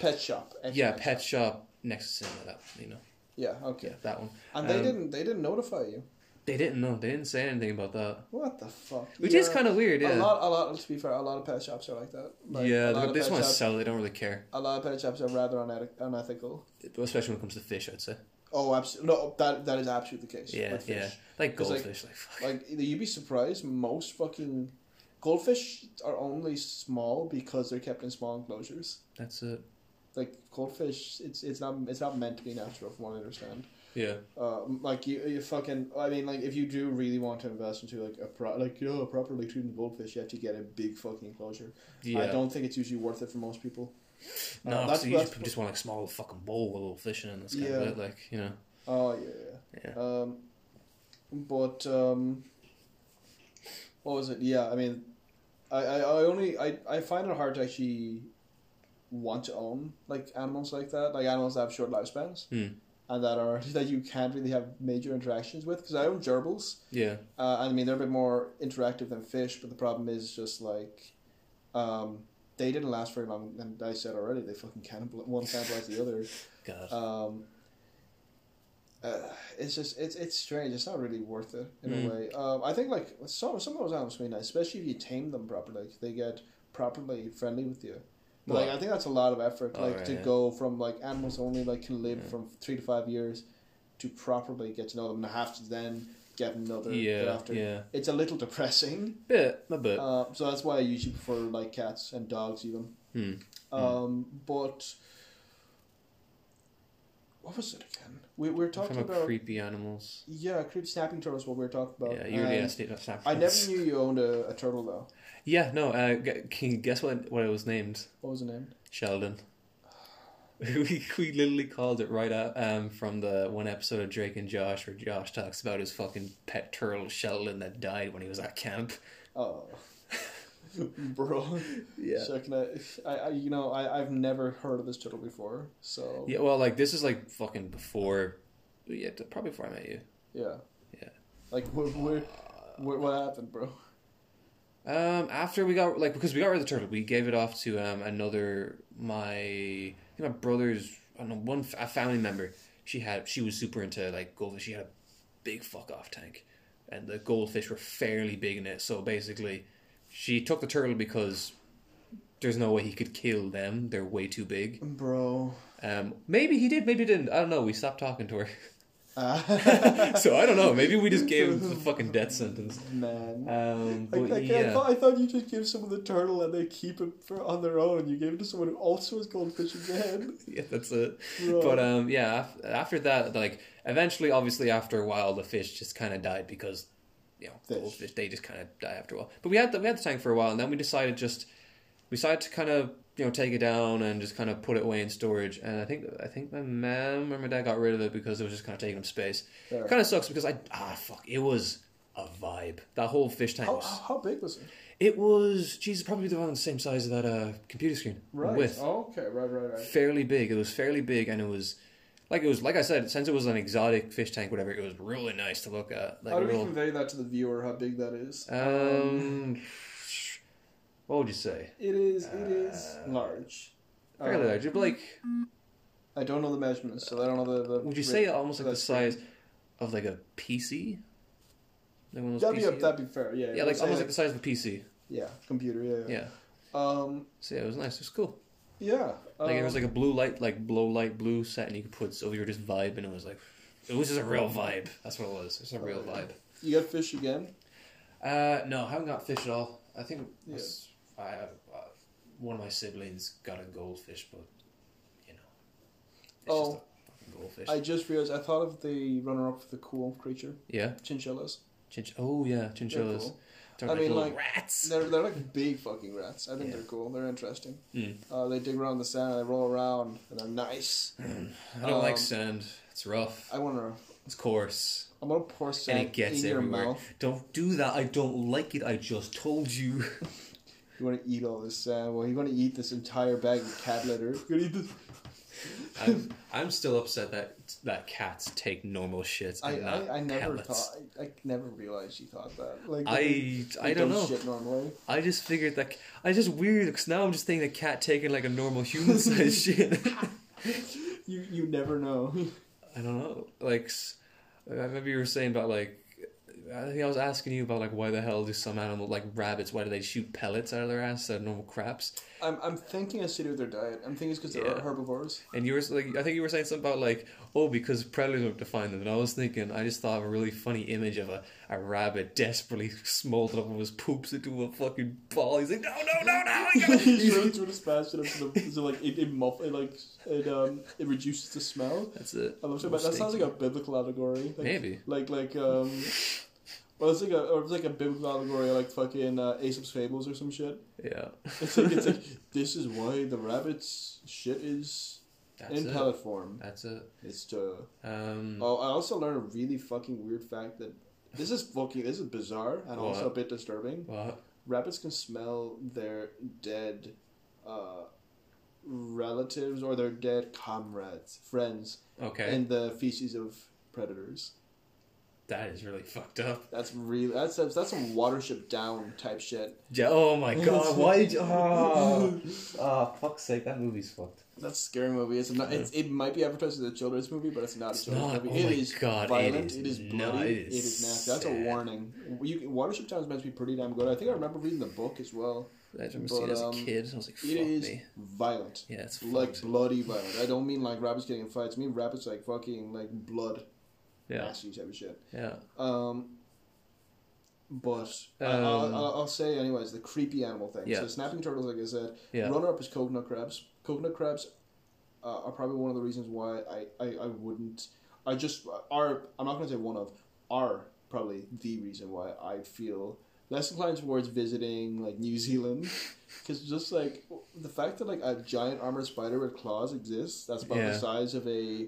pet shop. actually. yeah, pet shop next to cinema. That you know, Yeah. Okay. yeah, that one. And they Um, didn't they didn't notify you. They didn't know. They didn't say anything about that, What the fuck? which is kind of weird. Yeah, A lot, a lot. To be fair, a lot of pet shops are like that. Like, yeah, a lot of they, they pet just want to shops- sell. They don't really care, A lot of pet shops are rather unethi- unethical. especially when it comes to fish. I'd say. Oh, absolutely. No, that that is absolutely the case. Yeah, with fish. yeah, like 'Cause, like- goldfish, like fuck. Like either you'd be surprised. Most fucking goldfish are only small because they're kept in small enclosures. That's it. Like goldfish, it's it's not it's not meant to be natural, from what I understand. Yeah. Uh, like you, you fucking. I mean, like if you do really want to invest into like a pro, like you know, a properly treated goldfish, you have to get a big fucking enclosure. Yeah. I don't think it's usually worth it for most people. Uh, No, that's- so you that's- just, just want like small fucking bowl with a little fish in it. and That's kind of Yeah. it, like you know. Oh yeah. Yeah. Um, but um, what was it? Yeah, I mean, I, I, I only I, I find it hard to actually want to own like animals like that, like animals that have short lifespans Hmm. and that are that you can't really have major interactions with. Because I own gerbils, Yeah, uh, and I mean they're a bit more interactive than fish, but the problem is just like, um, they didn't last very long. And I said already, they fucking cannibal one cannibalized the other God. um, uh, it's just it's it's strange. It's not really worth it in Mm. a way. Um, I think like some some of those animals can be nice, especially if you tame them properly. Like, they get properly friendly with you. But, like Well- I think that's a lot of effort. Oh, Like right, to yeah. go from like animals only like can live from three to five years to properly get to know them and have to then get another yeah, thereafter. yeah. It's a little depressing. Bit, a bit. Uh, so that's why I usually prefer like cats and dogs even. Hmm. Um, but what was it again? We, we were talking From a about creepy animals. yeah, creep snapping turtles. What we were talking about. Yeah, you already and asked it. that's not- I never knew you owned a, a turtle though. Yeah, no. Uh, g- can you guess what what it was named? What was the name? Sheldon. We, we literally called it right out um, from the one episode of Drake and Josh where Josh talks about his fucking pet turtle Sheldon that died when he was at camp. Oh, bro. Yeah. So can I, I, I, you know, I, I've never heard of this turtle before. So Yeah, well, like this is like fucking before, yeah, t- probably before I met you. yeah, Yeah. Like where, where, where, what happened, bro? Um, after we got like because we got rid of the turtle, we gave it off to um another my I think my brother's I don't know one f- a family member. She had she was super into like goldfish. She had a big fuck off tank, and the goldfish were fairly big in it. So basically, she took the turtle because there's no way he could kill them. They're way too big. Bro. Um, maybe he did, maybe he didn't. I don't know. We stopped talking to her. Ah, so I don't know. Maybe we just gave him the fucking death sentence. man. Um, Like, but like, I, yeah, thought, I thought you just give someone the turtle and they keep it for, on their own. You gave it to someone who also has goldfish again. yeah, that's it. Bro. But um, yeah, af- after that, like eventually, obviously, after a while, the fish just kind of died because you know Fish. goldfish they just kind of die after a while. But we had the, we had the tank for a while, and then we decided just we decided to kind of you know take it down and just kind of put it away in storage. And I think I think my mom or my dad got rid of it because it was just kind of taking up space. Fair. Kind of sucks because I ah fuck it was a vibe. That whole fish tank how, was how big was it? It was, Jesus, probably around the same size as that uh, computer screen. Right. With Oh, okay, right, right, right. fairly big. It was fairly big, and it was like it was like I said, since it was an exotic fish tank, whatever, it was really nice to look at. Like how do we real, convey that to the viewer how big that is? um, what would you say? it is it is uh, large. Fairly Um, large. It'd be like, I don't know the measurements, so I don't know the. the would you rate. say almost like the that's fair. size of like a PC? Like one of those That'd be PC? that'd be fair. Yeah. yeah, I'd like say almost like the size of a PC. yeah, computer. Yeah. Yeah. Yeah. Um. So yeah, it was nice. It was cool. Yeah. Like it um, was like a blue light, like blow light blue set, and you could put so you were just vibe, and it was like it was just a real vibe. That's what it was. It's a real vibe. You got fish again. Uh, no, I haven't got fish at all. I think Yeah. s- I have, uh, one of my siblings got a goldfish, but you know, it's Oh. just a fucking goldfish. I just realized I thought of the runner-up for the cool creature, yeah, chinchillas. chinch. Oh yeah, They're chinchillas. cool. They're I like mean, little like, rats. They're, they're like big fucking rats. I think Yeah. they're cool. They're interesting. Mm. Uh, they dig around the sand. They roll around, and they're nice. I don't like um, sand. It's rough. I want to. It's coarse, I'm gonna pour sand and it gets in your everywhere. mouth. Don't do that. I don't like it. I just told you. You want to eat all this sand? Well, you want to eat this entire bag of cat litter? You're gonna eat this. I'm, I'm still upset that that cats take normal shits I, and not I, I never pellets. thought. I, I never realized you thought that. Like they- I they I don't know. Shit normally. I just figured that I just weird because now I'm just thinking a cat taking like a normal human sized shit. You you never know. I don't know. Like s- uh, maybe you were saying about like I think I was asking you about like why the hell do some animal like rabbits why do they shoot pellets out of their ass instead of normal craps? I'm I'm thinking it's to do with their diet. I'm thinking it's because they're Yeah. herbivores. And you were s- like I think you were saying something about like oh because predators don't define them. And I was thinking I just thought of a really funny image of a, a rabbit desperately smoldering up of his poops into a fucking ball. He's like no no no no. I gotta-" He's really trying to smash it up to the, so like it, it muff it like it um it reduces the smell. That's it. I love it, but that sounds like a biblical allegory. Like, Maybe. Like like um, Well, it's like a or it's like a biblical allegory, like fucking uh, Aesop's fables or some shit. Yeah. It's like, it's like this is why the rabbit's shit is That's in it. pellet form. That's it. It's to. Um, Oh, I also learned a really fucking weird fact that this is fucking this is bizarre and also a What? bit disturbing. What? Rabbits can smell their dead uh, relatives or their dead comrades, friends, Okay. in the feces of predators. that is really fucked up. That's really that's that's, that's some watership down type shit. Yeah, oh my god, why did you. Oh, Ah, oh, fuck's sake, that movie's fucked. That's a scary movie. It's not. It's, it might be advertised as a children's movie, but it's not a children's not. movie. Oh It my is God, it violent. is It is bloody. not. it, is, nasty. That's a sad. warning. You, Watership Down is meant to be pretty damn good. I think I remember reading the book as well. I remember But, seeing it as a um, kid, and I was like, fuck It is me. violent. Yeah, it's Like fucked. bloody violent. I don't mean like rabbits getting in fights. I mean rabbits like fucking like blood, Yeah, nasty type of shit. yeah. Um, but I, I'll, Um, I'll, I'll say anyways the creepy animal thing. Yeah. So snapping turtles, like I said, Yeah. runner up is coconut crabs. Coconut crabs uh, are probably one of the reasons why I, I, I wouldn't. I just are. I'm not going to say one of are probably the reason why I feel less inclined towards visiting like New Zealand. Because just like the fact that like a giant armored spider with claws exists, that's about Yeah. the size of a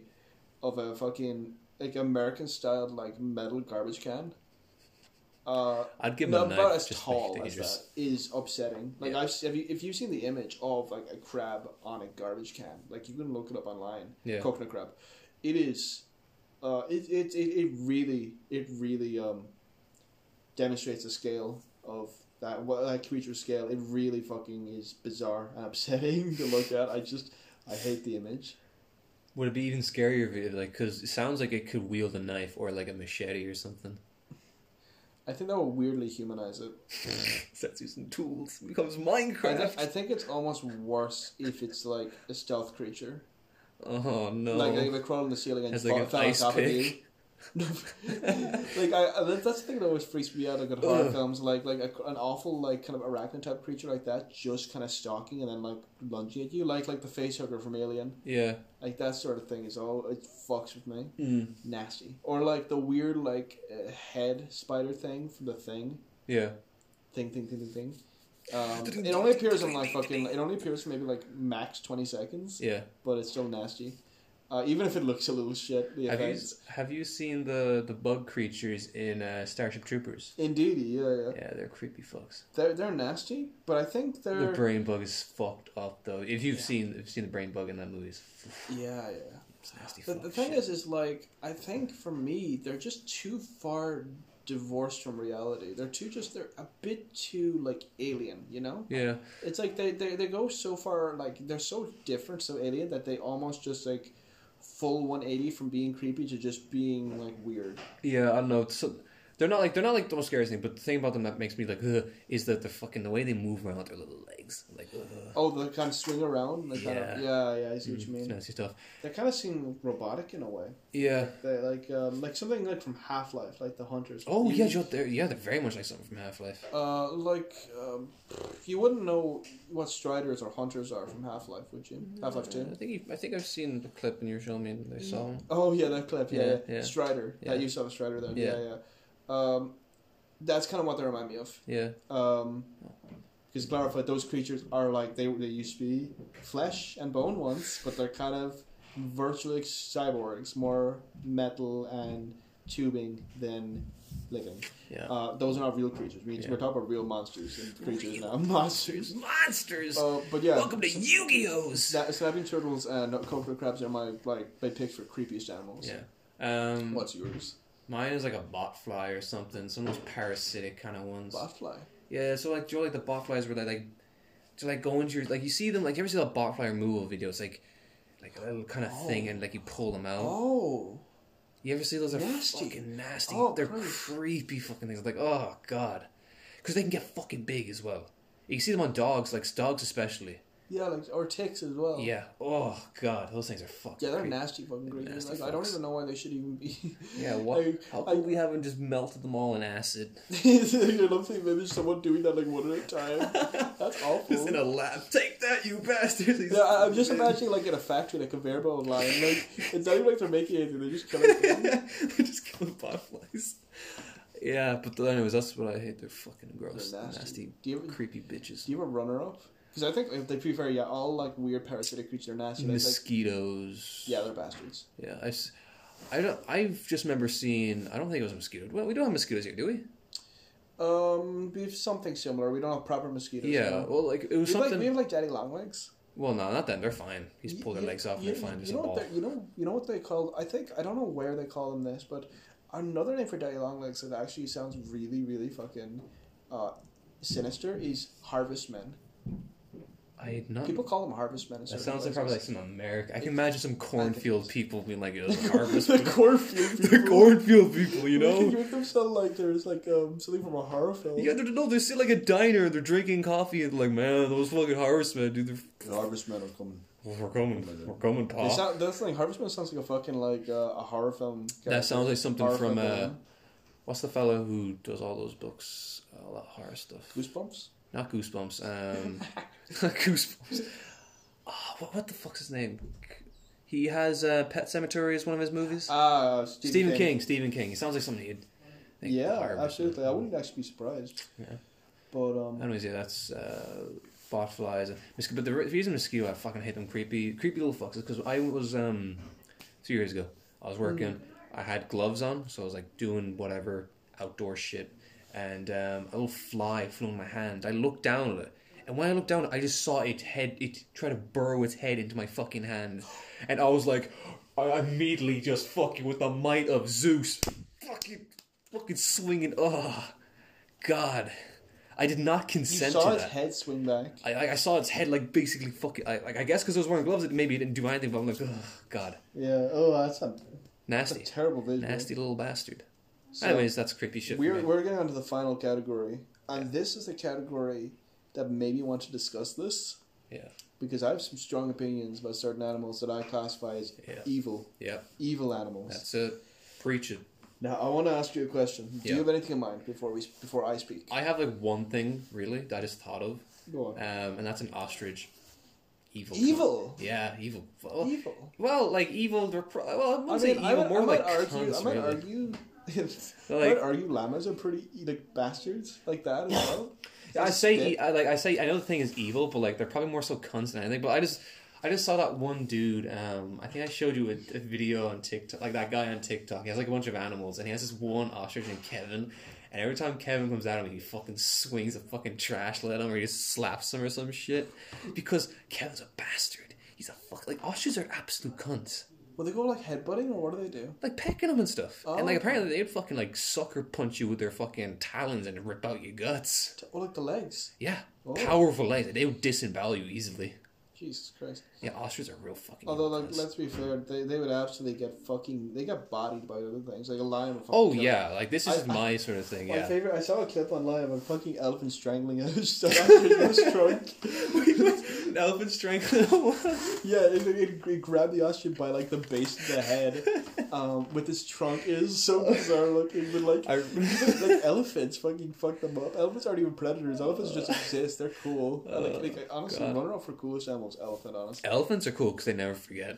of a fucking like American styled like metal garbage can. Uh, I'd give him no, a knife. about as just to tall make it as dangerous. that is upsetting. Like Yeah. I've se- have you, if you've seen the image of like a crab on a garbage can, like you can look it up online. Yeah. Coconut crab. It is. Uh, it, it, it, it really it really um, demonstrates the scale of that what that creature scale. It really fucking is bizarre and upsetting to look at. I just I hate the image. Would it be even scarier if it, like, because it sounds like it could wield a knife or like a machete or something. I think that will weirdly humanize it. Starts using tools, becomes I, Minecraft. thi- I think it's almost worse if it's like a stealth creature. oh no! Like, like they crawl on the ceiling and Has, just like, fall, an fell on ice top of you. pick. like I, I- that- that's the thing that always freaks me out. Like in horror Ugh. films, like like a, an awful like kind of arachnid type creature like that, just kind of stalking and then like lunging at you, like like the facehugger from Alien. yeah, Like that sort of thing is all it fucks with me. mm. Nasty. Or like the weird like uh, head spider thing from the thing, yeah. thing thing thing thing thing. Um, it only appears in like fucking. It only appears for maybe like max twenty seconds, Yeah. but it's still nasty. Uh, even if it looks a little shit, the Have you effects. have you seen the the bug creatures in uh, Starship Troopers? Indeed, yeah, yeah. Yeah, they're creepy fucks. They're they're nasty, but I think The they're brain bug is fucked up though. If you've seen if you've seen the brain bug in that movie, it's, f- yeah, yeah. it's nasty. The, fuck the thing shit. is, is like I think for me, they're just too far divorced from reality. They're too just they're a bit too like alien, you know. yeah, It's like they they, they go so far like they're so different, so alien that they almost just like full one eighty from being creepy to just being like weird. yeah, I don't know. It's so, they're not like they're not like the most scariest thing, but the thing about them that makes me like ugh, is that the fucking the way they move around with their little legs, like ugh, Oh, they kind of swing around. They kind of, yeah, yeah. I see what you it's mean. nasty stuff. They kind of seem robotic in a way. Yeah. They like um, like something like from Half Life, like the hunters. Oh yeah, You- Joe, they're yeah, they're very much like something from Half Life. Uh, like um, you wouldn't know what striders or hunters are from Half Life, would you? Half Life I Two. think you, I think I've seen the clip and you were showing me the song. Oh yeah, that clip. Yeah, Yeah, yeah, yeah. Strider. Yeah. That use of a Strider. There. Yeah, yeah. Yeah. Um, that's kind of what they remind me of. Yeah, Um, because clarify those creatures are like they they used to be flesh and bone once, but they're kind of virtually cyborgs, more metal and tubing than living. yeah. Uh, those are not real creatures. We, Yeah. We're talking about real monsters and creatures now. Monsters. Monsters. Uh, but yeah, Welcome to Yu-Gi-Oh's. Sna- snapping turtles and coconut crabs are my like my picks for creepiest animals. Yeah. Um, What's yours? Mine is like a botfly or something. Some of those parasitic kind of ones. Botfly. Yeah. So like, do you know, like the botflies where they like, to like go into your like you see them like you ever see that botfly removal video? It's like, like a little kind of thing and like you pull them out. Oh, You ever see those? They're Nasty. fucking nasty. Oh, They're Christ. creepy fucking things. Like, oh god, because they can get fucking big as well. You can see them on dogs, like dogs especially. yeah, like or ticks as well. Yeah. Oh god, those things are fucking. Yeah, they're creepy. nasty fucking creatures. nasty like I don't fucks. even know why they should even be. Yeah. What? Like, How I, come we haven't just melted them all in acid? I love seeing maybe someone doing that like one at a time. That's awful. a lab. Take that, you bastards! Yeah, I- I'm just imagining like in a factory, like a conveyor belt line. Like it's not even like they're making anything; they're just killing. things. just killing butterflies. Yeah, but anyways, that's what I hate. They're fucking gross, They're nasty, nasty. Do you ever- creepy bitches. Do you have a runner up? Because I think if they prefer, yeah, all like weird parasitic creatures are nasty. Like, like, Mosquitoes. yeah, they're bastards. Yeah, I, s- I don't. I just remember seeing. I don't think it was a mosquito. Well, we don't have mosquitoes here, do we? Um, we have something similar. We don't have proper mosquitoes. Yeah. no. Well, like it was We have, like, something. we have like daddy longlegs. Well, no, not them. They're fine. He's You- pulled their you- legs off and you- they're fine. There's You a know, ball. what they- you know, you know what they call. I think I don't know where they call them this, but another name for daddy longlegs that actually sounds really, really fucking uh, sinister is harvestmen. I had not. People call them harvestmen. in that certain sounds like places. probably like some America. I can imagine some it's- cornfield people being like, "It was a harvest." the cornfield. the people. cornfield people, you They know. make them sound like there's like um, something from a horror film. Yeah, they're, no, they sit like a diner and they're drinking coffee and like, man, those fucking harvestmen, dude. They're, The harvestmen are coming. we're coming, we're coming, Oh They pa. sound, that's the thing. Harvestman sounds like a fucking like uh, a horror film. character. That sounds like something Horror from film uh, villain. what's the fellow who does all those books, all that horror stuff? Goosebumps. Not Goosebumps. Um, Goosebumps. Ah, what, what the fuck's his name? He has uh, Pet Cemetery as one of his movies. Ah, uh, Stephen, Stephen King. Stephen King. He sounds like something he'd. think the Yeah, Harvest- absolutely. I wouldn't actually be surprised. Yeah. But um, Anyways, yeah, that's uh, botflies and mosqu- But the re- reason mosquito, I fucking hate them. Creepy, creepy little fucks. Is because I was um, two years ago. I was working. I had gloves on, so I was like doing whatever outdoor shit, and um, a little fly flew in my hand. I looked down at it. And when I looked down, I just saw it head, it try to burrow its head into my fucking hand, and I was like, I immediately just fucking with the might of Zeus, fucking, fucking swinging. Oh, God, I did not you consent saw to his that. head swing back. I, I- I saw its head like basically fucking. I, like I guess because I was wearing gloves, it maybe it didn't do anything. But I'm like, oh God, Yeah. Oh, that's a, that's a nasty, terrible visual. nasty little bastard. So, Anyways, that's creepy shit. for We're me. we're getting onto the final category, and this is the category that made me want to discuss this Yeah, because I have some strong opinions about certain animals that I classify as Yeah. evil, yeah, evil animals. that's it. Preach it. Now, I want to ask you a question. Do Yeah. you have anything in mind before we before I speak? I have like one thing really that I just thought of, Go um, on. and that's an ostrich. Evil. Evil? Yeah, evil. Well, Evil. Well, like evil. They're pro- well, I I wouldn't say mean, evil. I would, more I might like argue. cunts, I might really. argue. I Like- might argue llamas are pretty like bastards like that as well. Yeah, I Just say spit. e- I, like I say I know the thing is evil, but like they're probably more so cunts than anything. But I just I just saw that one dude. Um, I think I showed you a, a video on TikTok, like that guy on TikTok. He has like a bunch of animals, and he has this one ostrich named Kevin. And every time Kevin comes at him, he fucking swings a fucking trash lid at him, or he just slaps him or some shit. Because Kevin's a bastard. He's a fuck. Like ostriches are absolute cunts. Will they go like headbutting or what do they do? Like pecking them and stuff. and like Oh. apparently they'd fucking like sucker punch you with their fucking talons and rip out your guts. T- Or like the legs? Yeah, Oh. powerful legs. They would disembowel you easily. Jesus Christ! Yeah, ostriches are real fucking. Although, like, cunts. let's be fair, they, they would absolutely get fucking. They get bodied by other things, like a lion. would fucking oh kill yeah, like this is I- I- my sort of thing. My Yeah, favorite. I saw a clip online of a fucking elephant strangling a ostrich trunk. an elephant strangler. Yeah, it, it, it grabbed the ostrich by like the base of the head, um, with his trunk. It is so bizarre looking, but like, I- like Uh, elephants fucking fuck them up. Elephants aren't even predators. Elephants just exist. They're cool. like, like, I- honestly, God. runner up for coolest animals, elephant. Honestly, Elephants are cool because they never forget.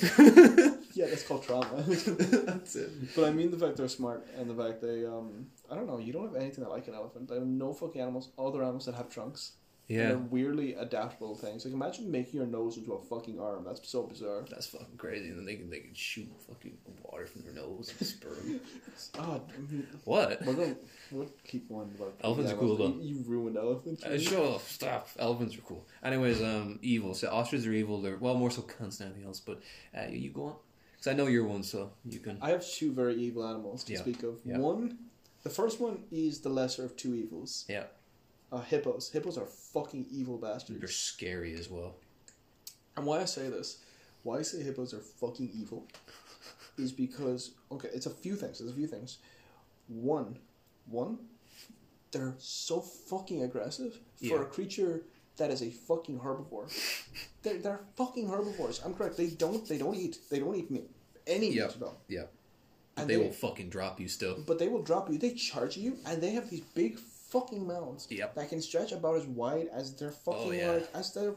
yeah, that's called trauma. That's it. but I mean the fact they're smart and the fact they um, I don't know. You don't have anything that like an elephant. I have no fucking animals. Other animals that have trunks. And Yeah, they're weirdly adaptable things. Like imagine making your nose into a fucking arm. That's so bizarre. that's fucking crazy. And then they can they can shoot fucking water from their nose and sperm. Oh, what? We're gonna we'll keep one. About Elephants are cool, though. You, you ruined elephants. Uh, shut up! Stop. Elephants are cool. Anyways, um, evil. So ostriches are evil. They're well more so cunts than anything else. But uh, you go on, because I know you're one, so you can. I have two very evil animals to Yeah, speak of. yeah. One, the first one is the lesser of two evils. Yeah, Uh, hippos. Hippos are fucking evil they're bastards. scary as well. And why I say this, why I say hippos are fucking evil, is because okay, it's a few things. There's a few things. One, one, they're so fucking aggressive for Yeah. a creature that is a fucking herbivore. they're, they're fucking herbivores. I'm correct. They don't they don't eat they don't eat meat any meat Yep. at all. Yeah. And they, they- will fucking drop you still. But they will drop you. They charge you, and they have these big fucking mouths Yep. that can stretch about as wide as their fucking Oh, yeah. like as their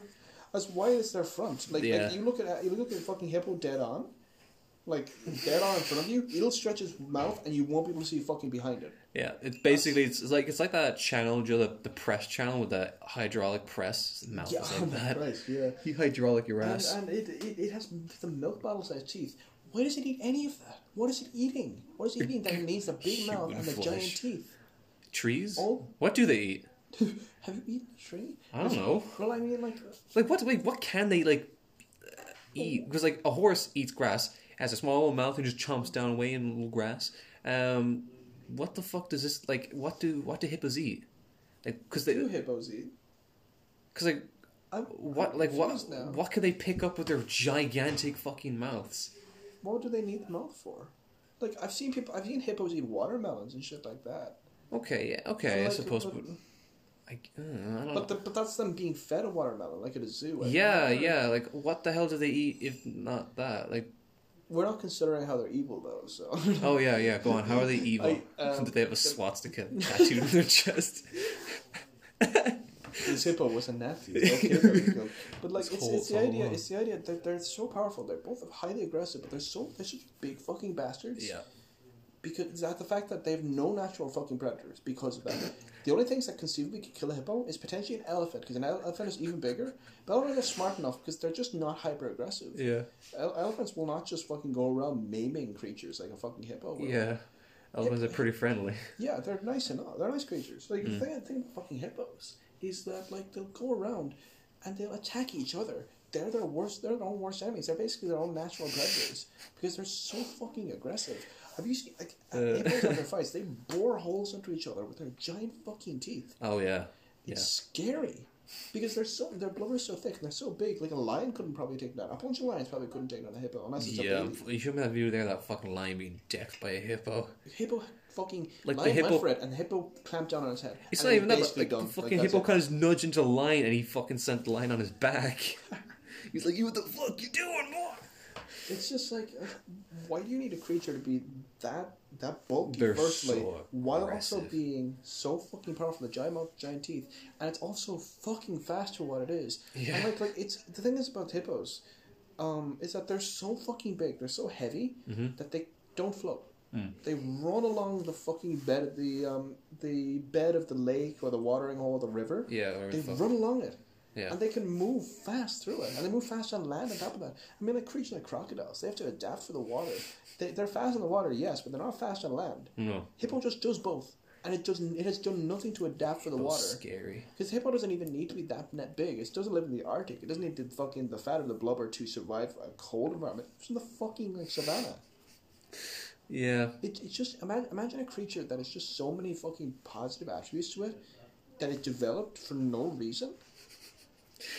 as wide as their front. Like, Yeah. like you look at you look at the fucking hippo dead on, like dead on in front of you, it'll stretch its mouth and you won't be able to see fucking behind it. Yeah, it's basically it's, it's like it's like that channel, Joe, the, the press channel with that hydraulic press. His mouth Yeah, is oh like my that. uh, Christ, yeah. You hydraulic your And, ass. and it, it, it has the milk bottle sized teeth. Why does it eat any of that? What is it eating? What is it eating that it needs the big mouth Human and the giant flesh. teeth? Trees? Oh. What do they eat? Have you eaten a tree? I don't know. Well, I mean, like, Like what? Wait, what can they like uh, eat? Because like a horse eats grass, has a small mouth, and just chomps down away in little grass. Um, what the fuck does this like? What do what do hippos eat? Like because they two hippos eat. because like I'm what like what confused now. what can they pick up with their gigantic fucking mouths? What do they need the mouth for? Like, I've seen people, I've seen hippos eat watermelons and shit like that. Okay, yeah, okay, I like, suppose, but- but I, uh, I don't know. But the, but that's them being fed a watermelon, like at a zoo. I yeah, think. yeah, like what the hell do they eat if not that? Like, We're not considering how they're evil though, so. oh yeah, yeah, go on. How are they evil? I, um, do they have a swastika tattooed on their chest? this hippo was a nephew. Okay, there we go. But like, It's it's, it's, whole- the whole idea. world. It's the idea that they're so powerful. They're both highly aggressive, but they're so they're such big fucking bastards. yeah, Because that the fact that they have no natural fucking predators because of that. the only things that conceivably could kill a hippo is potentially an elephant because an ele- elephant is even bigger. But elephants are smart enough because they're just not hyper aggressive. yeah, Ele- elephants will not just fucking go around maiming creatures like a fucking hippo. will. yeah. Elephants are pretty friendly. Yeah, they're nice and all. They're nice creatures. Like Hmm. the thing I think about fucking hippos is that like they'll go around and they'll attack each other. They're their worst. They're their own worst enemies. They're basically their own natural predators because they're so fucking aggressive. Have you seen like at Uh. hippos at their fights? They bore holes into each other with their giant fucking teeth. Oh yeah, yeah. It's scary because they're so their blubber is so thick and they're so big. Like a lion couldn't probably take down. A bunch of lions probably couldn't take down a hippo unless it's Yeah, a baby. you shouldn't have you there that fucking lion being decked by a hippo. Hippo fucking Like the lion hippo- went for it and the hippo clamped down on his head. It's and not it even that. But, basically like, the done. Like, fucking that's hippo it. kind of nudged into the lion, and he fucking sent the lion on his back. He's like, "You what the fuck you doing, boy?" It's just like, uh, why do you need a creature to be that that bulky? They're firstly, so while also aggressive. being so fucking powerful, the giant mouth, giant teeth, and it's also fucking fast for what it is. Yeah. And like, like it's the thing is about hippos, um, is that they're so fucking big, they're so heavy Mm-hmm. that they don't float. Mm. They run along the fucking bed of the um, the bed of the lake or the watering hole of the river. Yeah, whatever they the fuck. run along it. Yeah. And they can move fast through it. And they move fast on land on top of that. I mean, like creatures like crocodiles, they have to adapt for the water. They, they're fast in the water, yes, but they're not fast on land. No, Hippo just does both. And it does it has done nothing to adapt for the That was water. scary. Because hippo doesn't even need to be that net big. It doesn't live in the Arctic. It doesn't need the fucking the fat of the blubber to survive a cold environment. It's in the fucking like savannah. Yeah, It, it's just imagine, imagine a creature that has just so many fucking positive attributes to it that it developed for no reason.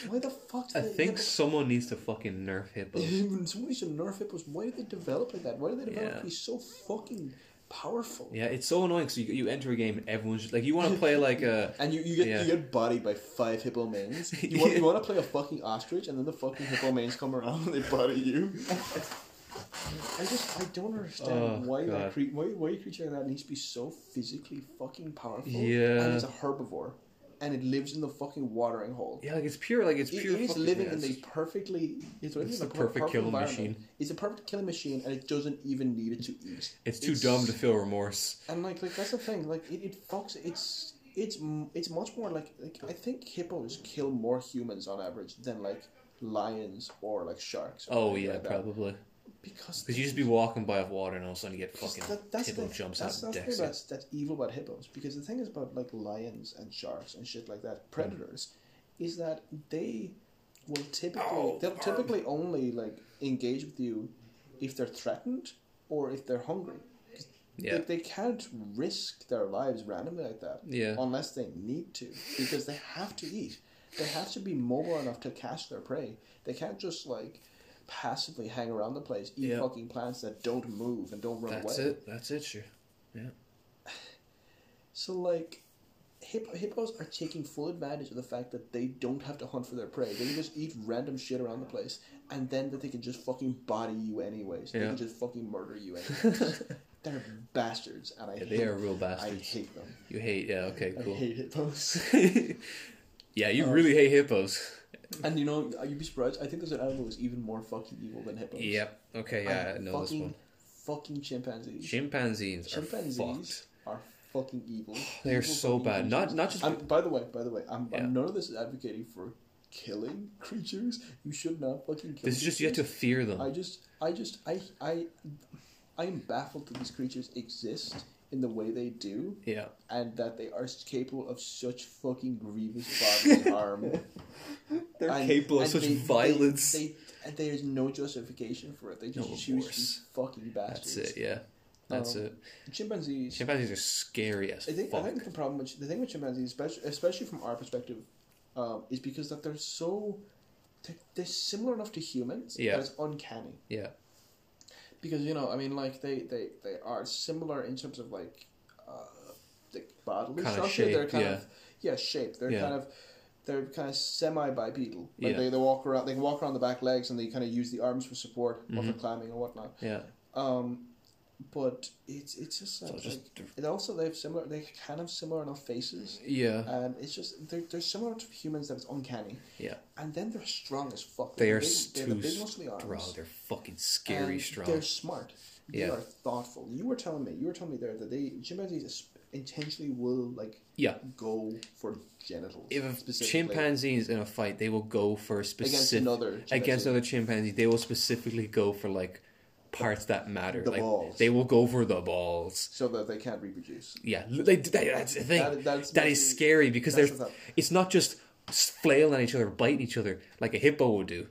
Why the fuck? I did they- think they- someone needs to fucking nerf hippos. Somebody should nerf hippos. Why did they develop like that? Why did they develop Yeah. to be so fucking powerful? Yeah, it's so annoying. So you, you enter a game, and everyone's just, like, you want to play like uh, a And you, you get Yeah. you get bodied by five hippo mains. You want, Yeah. you want to play a fucking ostrich, and then the fucking hippo mains come around and they body you. I just I don't understand Oh, why that God. cre- why why a creature like that needs to be so physically fucking powerful. Yeah. and it's a herbivore, and it lives in the fucking watering hole. yeah, like it's pure, like it's It- pure. it is fucking- living yeah, in it's the just- perfectly. It's, living It's in the per- perfect killing environment. machine. It's a perfect killing machine, and it doesn't even need it to eat. It's too dumb to feel remorse. And like, like that's the thing. Like, it, it fucks. It's it's m- it's much more like like I think hippos kill more humans on average than like lions or like sharks. or Oh anything yeah, like that. probably. Because Because you just be walking by a water, and all of a sudden you get fucking that- that's hippo the, jumps that's, out and that's the decks thing you. that's, that's evil about hippos because the thing is about like lions and sharks and shit like Hmm. that predators is that they will typically Ow, they'll arm. typically only like engage with you if they're threatened or if they're hungry Yeah. they, they can't risk their lives randomly like that Yeah. unless they need to because they have to eat they have to be mobile enough to catch their prey they can't just like passively hang around the place eat Yeah. fucking plants that don't move and don't run That's away it. That's it. Sure. Yeah. so like, hipp- hippos are taking full advantage of the fact that they don't have to hunt for their prey. They can just eat random shit around the place, and then that they can just fucking body you anyways. They Yeah. can just fucking murder you anyways. They're bastards, and I hate, They are real I bastards. hate them. You hate. Yeah. Okay. I Cool. hate hippos. Oh. yeah, you really hate hippos. And you know, you'd be surprised. I think there's an animal that's even more fucking evil than hippos. Yep. Okay. Yeah, I And know this fucking, one. Fucking chimpanzees. Chimpanzees, are fucked. chimpanzees are fucking evil. They're Evil so fucking bad. Not creatures. not just I'm, by the way, by the way, I'm, Yeah. I'm none of this is advocating for killing creatures. You should not fucking kill. This is just you have to creatures. fear I them. just, I just, I, I, I am baffled that these creatures exist in the way they do, Yeah. and that they are capable of such fucking grievous bodily harm. They're And- capable of and such they- violence. They, they, and there's no justification for it. They just No choose remorse. these fucking bastards. That's it. Yeah. That's Um, it. Chimpanzees. Chimpanzees are scary as I think fuck. I think the problem with the thing with chimpanzees, especially, especially from our perspective, um, is because that they're so they're, they're similar enough to humans Yeah. that it's uncanny. yeah. Because you know, I mean, like they they, they are similar in terms of like uh, like bodily Kinda structure. they're shape, kind yeah. of yeah shape. They're Yeah. kind of they're kind of semi bipedal. Like Yeah. they, they walk around they can walk around the back legs and they kind of use the arms for support while they're Mhm. climbing and whatnot. Yeah. Um, but it's it's just, So like, just and also they have similar they kind of similar enough faces. yeah. And Um, it's just they're, they're similar to humans that it's uncanny. Yeah. And then they're strong as fuck. They are big, s- they have the too big muscly arms. strong. They're fucking scary and strong. They're smart. They Yeah. are thoughtful. You were telling me. You were telling me there that they chimpanzees is- intentionally will like Yeah. go for genitals. If a specifically chimpanzee is in a fight, they will go for a specific against another chimpanzee. against another chimpanzee. They will specifically go for like parts that matter. The like balls. they will go for the balls. so that they can't reproduce. Yeah, they, that, that's the thing. That- that's that is basically- scary because they're. that's what's up. It's not just flailing at each other, biting each other like a hippo would do.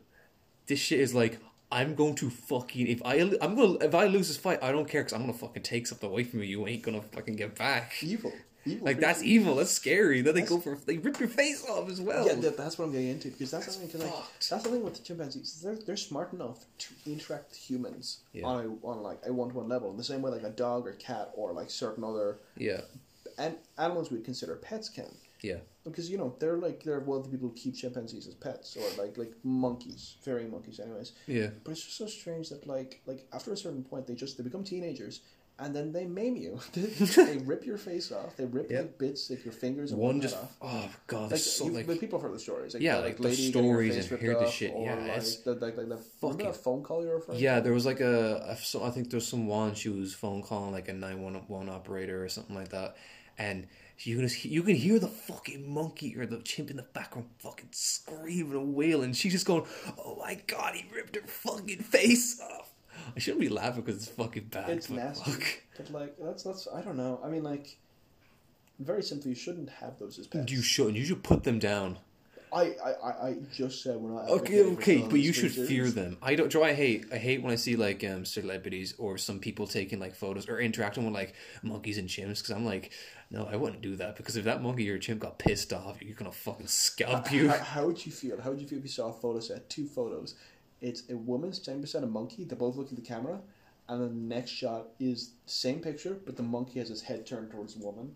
This shit is like I'm going to fucking if I I'm gonna if I lose this fight, I don't care because I'm gonna fucking take something away from you. You ain't gonna fucking get back. Evil. Evil. Like creatures. that's evil. That's scary. Then they go for they rip your face off as well. Yeah, that, that's what I'm getting into because that's, the thing. Cause like, fucked. that's the thing with the chimpanzees. is They're, they're smart enough to interact with humans Yeah. on a on like a one to one level in the same way like a dog or cat or like certain other yeah, and animals we'd consider pets can yeah, because you know they're like they're wealthy people who keep chimpanzees as pets or like like monkeys, fairy monkeys, anyways. yeah. But it's just so strange that like like after a certain point they just they become teenagers. And then they maim you. they rip your face off. They rip Yeah. like bits, like your fingers. And One whatnot just off oh god, like, there's so you, like but people have heard the stories. Like, Yeah, the, like, the lady getting her stories face and ripped hear the off, shit, Or yeah, like, it's the, like, like the remember fucking- that phone call you were referring. Yeah, there was like a I saw- I think there's someone she was phone calling like a nine one one operator or something like that, and you can just, you can hear the fucking monkey or the chimp in the background fucking screaming and wailing. She's just going, "Oh my god, he ripped her fucking face off." I shouldn't be laughing because it's fucking bad. it's but nasty. fuck. But like that's that's I don't know. I mean like, very simply, you shouldn't have those as pets. You shouldn't. You should put them down. I, I I I just said we're not. Okay, advocating for okay, killing but you these should creatures. fear them. I don't. Do I hate? I hate when I see like um, celebrities or some people taking like photos or interacting with like monkeys and chimps because I'm like, no, I wouldn't do that because if that monkey or chimp got pissed off, you're gonna fucking scalp you. How, how would you feel? How would you feel if you saw a photo set, two photos? It's a woman standing beside a monkey. They both look at the camera, and the next shot is the same picture, but the monkey has his head turned towards the woman.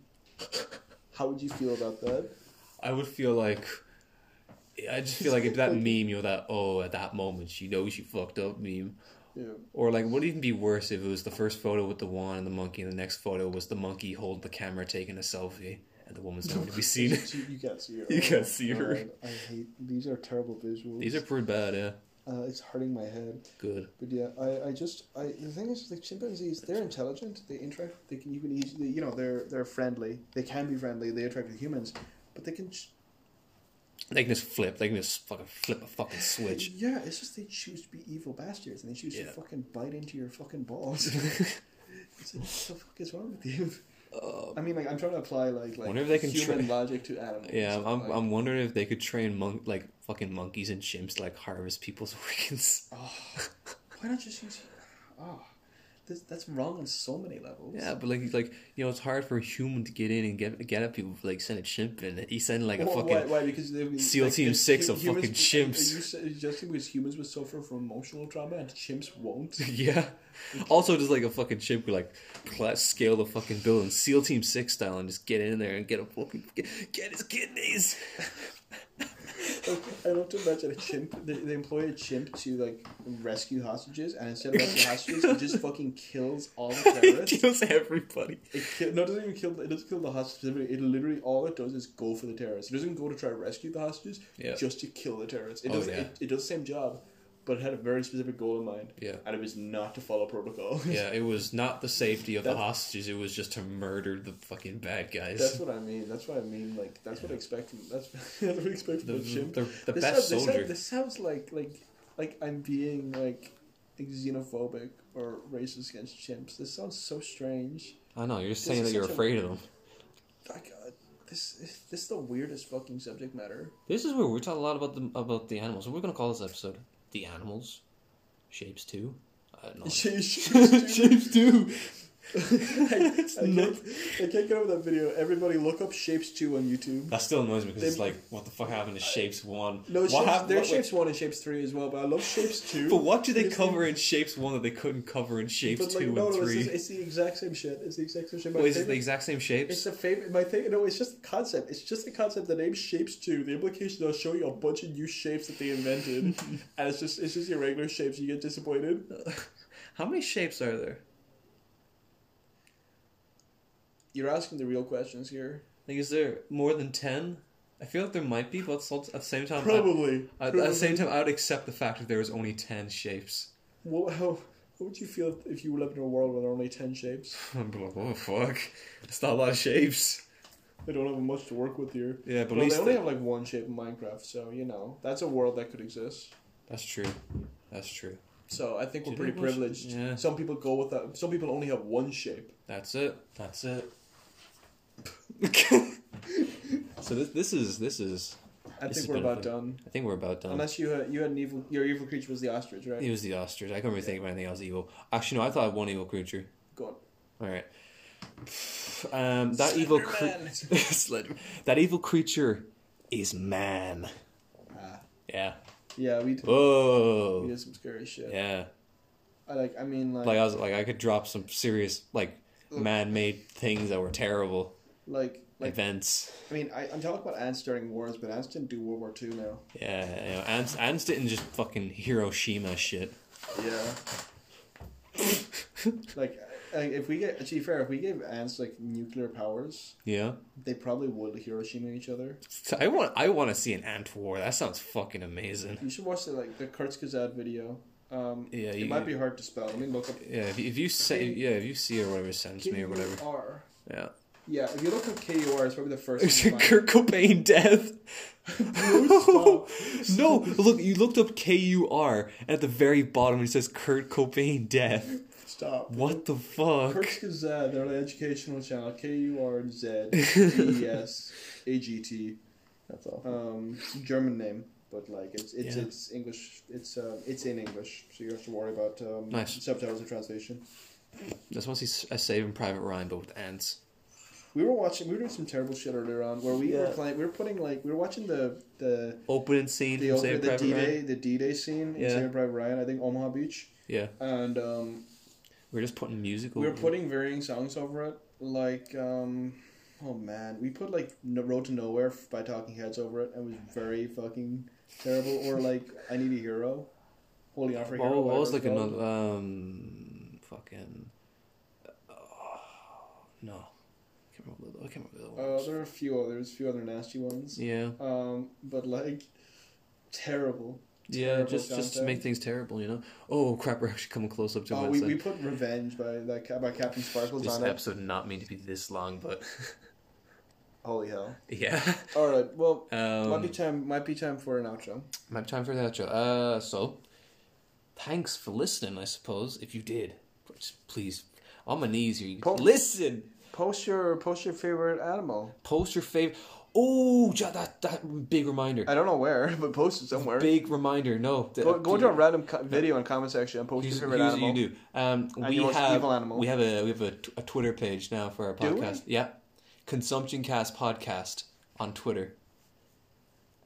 How would you feel about that? I would feel like. I just feel like it's that meme, you know, that oh, at that moment she knows she fucked up meme. Yeah. Or like, would it even be worse if it was the first photo with the wand and the monkey, and the next photo was the monkey holding the camera taking a selfie, and the woman's nowhere to be seen. You, you can't see her. You Oh can't my see her. God, I hate these are terrible visuals. These are pretty bad, yeah. uh, it's hurting my head. Good. But yeah, I, I just I the thing is like chimpanzees, they're intelligent. They interact. They can you can easily you know they're they're friendly. They can be friendly. They attract with humans, but they can. ch- They can just flip. They can just fucking flip a fucking switch. Yeah, it's just they choose to be evil bastards and they choose Yeah. to fucking bite into your fucking balls. it's like, what the fuck is wrong with you? I mean, like I'm trying to apply like like Wonder if they can human try- logic to animals. Yeah, I'm, Like, I'm wondering if they could train monk like fucking monkeys and chimps to, like harvest people's organs. Why not just use? Oh, this, that's wrong on so many levels. Yeah, but like like you know, it's hard for a human to get in and get get at people. Like send a chimp in. He send like a Why, fucking why, why? Because they, SEAL Team if Six hu- of humans- fucking chimps. Are you suggesting because humans would suffer from emotional trauma and chimps won't? yeah. Also, just like a fucking chimp could like cla- scale the fucking building, SEAL Team Six style, and just get in there and get a fucking get, get his kidneys. Okay, I love to imagine a chimp. They, they employ a chimp to like rescue hostages, and instead of rescuing hostages, it just fucking kills all the It terrorists. kills everybody. It kill, no, it doesn't even kill. It doesn't kill the hostages. specifically. It literally all it does is go for the terrorists. It doesn't go to try to rescue the hostages. Yeah. Just to kill the terrorists. It Oh, does. yeah. It, it does the same job, but it had a very specific goal in mind. Yeah. And it was not to follow protocol. Yeah, it was not the safety of the hostages. It was just to murder the fucking bad That's guys. what I mean. That's what I mean. Like that's what I expect. From, that's, that's what I expect The, from a chimp. the, the This sounds- this best sounds- soldier. This sounds, like like like I'm being like xenophobic or racist against chimps. This sounds so strange. I know you're just this saying is that you're such a- afraid of them. Like uh, this this is the weirdest fucking subject matter. This is where we talk a lot about the about the animals. We're gonna call this episode "The Animals Shapes Uh, Too." I don't know. Shapes Too. I, I, Nope. can't, I can't get over that video. Everybody look up Shapes 2 on YouTube. That still annoys me because it's They- like, what the fuck happened to Shapes One? No, what shapes, hap- there's what- wait, Shapes 1 and Shapes 3 as well, but I love Shapes 2. But what do they It's- cover in Shapes One that they couldn't cover in Shapes But like, Two no, and no, it's, Three? just, it's the exact same shit. It's the exact same shit. My Wait, is it the favorite- exact same shapes? It's a favorite. My thing, no, it's just the concept. It's just the concept. The name shapes too. The implication they'll show you a bunch of new shapes that they invented, and it's just it's just your regular shapes. You get disappointed. How many shapes are there? You're asking the real questions here. Like, is there more than ten? I feel like there might be, but at the- at the same time, I, Probably. I- at the same time, I would accept the fact that there was only ten shapes. What, how, what would you feel if you lived in a world where there are only ten shapes? I'm like, oh fuck, that's not a lot of shapes. They don't have much to work with here. Yeah, but at Well, least they only the- have like one shape in Minecraft, so you know that's a world that could exist. that's true. That's true. So I think we're Do pretty they have one sh- privileged. Yeah. Some people go with that. Some people only have one shape. That's it. That's it. so this this is this is. I This has think we're been about fun. done. I think we're about done. Unless you had, you had an evil, your evil creature was the ostrich, right? It was the ostrich. I couldn't really think of anything else evil. Actually, no, I thought of one evil creature. Go on. All right. Um, that evil cre- Slenderman. That evil creature is man. Ah. Yeah. Yeah, we did, we Whoa. did some scary shit. Oh. Yeah. I like. I mean, like, Like like, uh, I was like I could drop some serious like man-made things that were terrible like, events. I mean, I, I'm talking about ants during wars, but ants didn't do World War Two now. Yeah. You know, ants ants didn't just fucking Hiroshima shit. Yeah. like, like, if we get to be fair, if we gave ants like nuclear powers, Yeah. they probably would Hiroshima each other. So I want I want to see an ant war. That sounds fucking amazing. You should watch the like the Kurtzkazad video. Um, Yeah, it you- might be hard to spell. Let me look up. Yeah, if you, if you say yeah, if you see or whatever, send it to me or whatever. K-U-R. Yeah. Yeah, if you look up KUR, it's probably the first. It's one a you find. Kurt Cobain death. stop. no, look, you looked up K U R, and at the very bottom it says Kurt Cobain death. Stop. What the fuck? Kurtz Gazette, they're an uh, educational channel. K U R Z D E S A G T. That's all. Um, German name, but like it's it's Yeah. it's English. It's um it's in English, so you don't have to worry about um, Nice. subtitles and translation. That's mostly s- a Saving Private Ryan, but with ants. We were watching. We were doing some terrible shit earlier on where we were Yeah. playing. We were putting like we were watching the the. Opening scene The, from Saving the Private D Day, Ryan. the D Day scene in Yeah. Saving Private Ryan, I think Omaha Beach, Yeah, and um, we're just putting music. We were over it. putting varying songs over it, like um, oh man, we put like no, "Road to Nowhere" f- by Talking Heads over it, and it was very fucking terrible. Or like "I Need a Hero," holding on for a hero. Oh, what whatever was like it's called. another um fucking oh, no. I can't remember. the- I can't remember the other Uh, ones. there are a few others, a few other nasty ones. yeah, Um, but like terrible. yeah, terrible just just to make soundtrack. things terrible, you know. Oh crap, we're actually coming close up to. Oh, my we, side. we put "Revenge" by that ca- by Captain Sparkles This on it. episode did not mean to be this long, but Holy hell! yeah. All right, well, might Um, be time. Might be time for an outro. might be time for that, Joe. Uh, so thanks for listening. I suppose if you did, just please on my knees here. You, Po- listen, Post your post your favorite animal. post your favorite. Oh, Joe, that that big reminder. I don't know where, but post it somewhere. Big reminder. No, Go, go to a random co- video and comment section and post Here's, your favorite here's animal. what you do. Um, we your most have evil animal. we have a we have a, t- a Twitter page now for our Do we? podcast. Yeah, Consumption Cast Podcast on Twitter.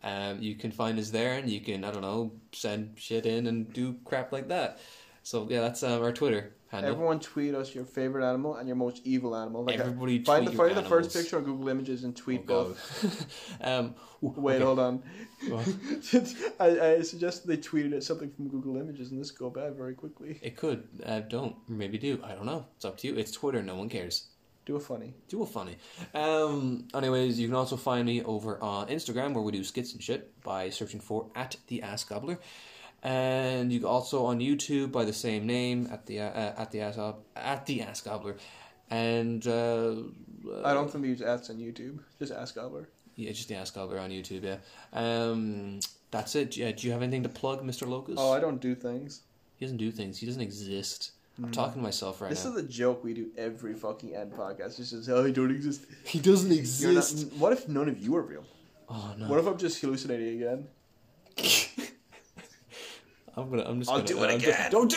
Um, you can find us there, and you can I don't know send shit in and do crap like that. So yeah, that's um, our Twitter Panda. Everyone tweet us your favorite animal and your most evil animal. Like, Everybody uh, find tweet the your find the first animals. picture on Google Images and tweet Oh, God. both. um, ooh, Wait, oh. okay. hold on. What? I, I suggested they tweeted at something from Google Images, and this go bad very quickly. It could. Uh, don't. Maybe do. I don't know. It's up to you. It's Twitter. No one cares. Do a funny. Do a funny. Um, anyways, you can also find me over on Instagram where we do skits and shit by searching for at the Ass Gobbler, and you can also on YouTube by the same name at the uh, at the ass Gob- at the Ass Gobbler, and uh, I don't think they use ads on YouTube. Just ask Albert. yeah, just the Ass Gobbler on YouTube. Yeah. Um, that's it. Yeah, do you have anything to plug, Mister Locus? Oh, I don't do things. he doesn't do things. He doesn't exist. I'm talking to myself right Mm. This now. is a joke we do every fucking end podcast. Just says, "Oh, you don't exist." He doesn't You're not- what if none of you are real? oh no. What if I'm just hallucinating again? I'm gonna. I'm just. I'll gonna, do it I'm just- again. don't do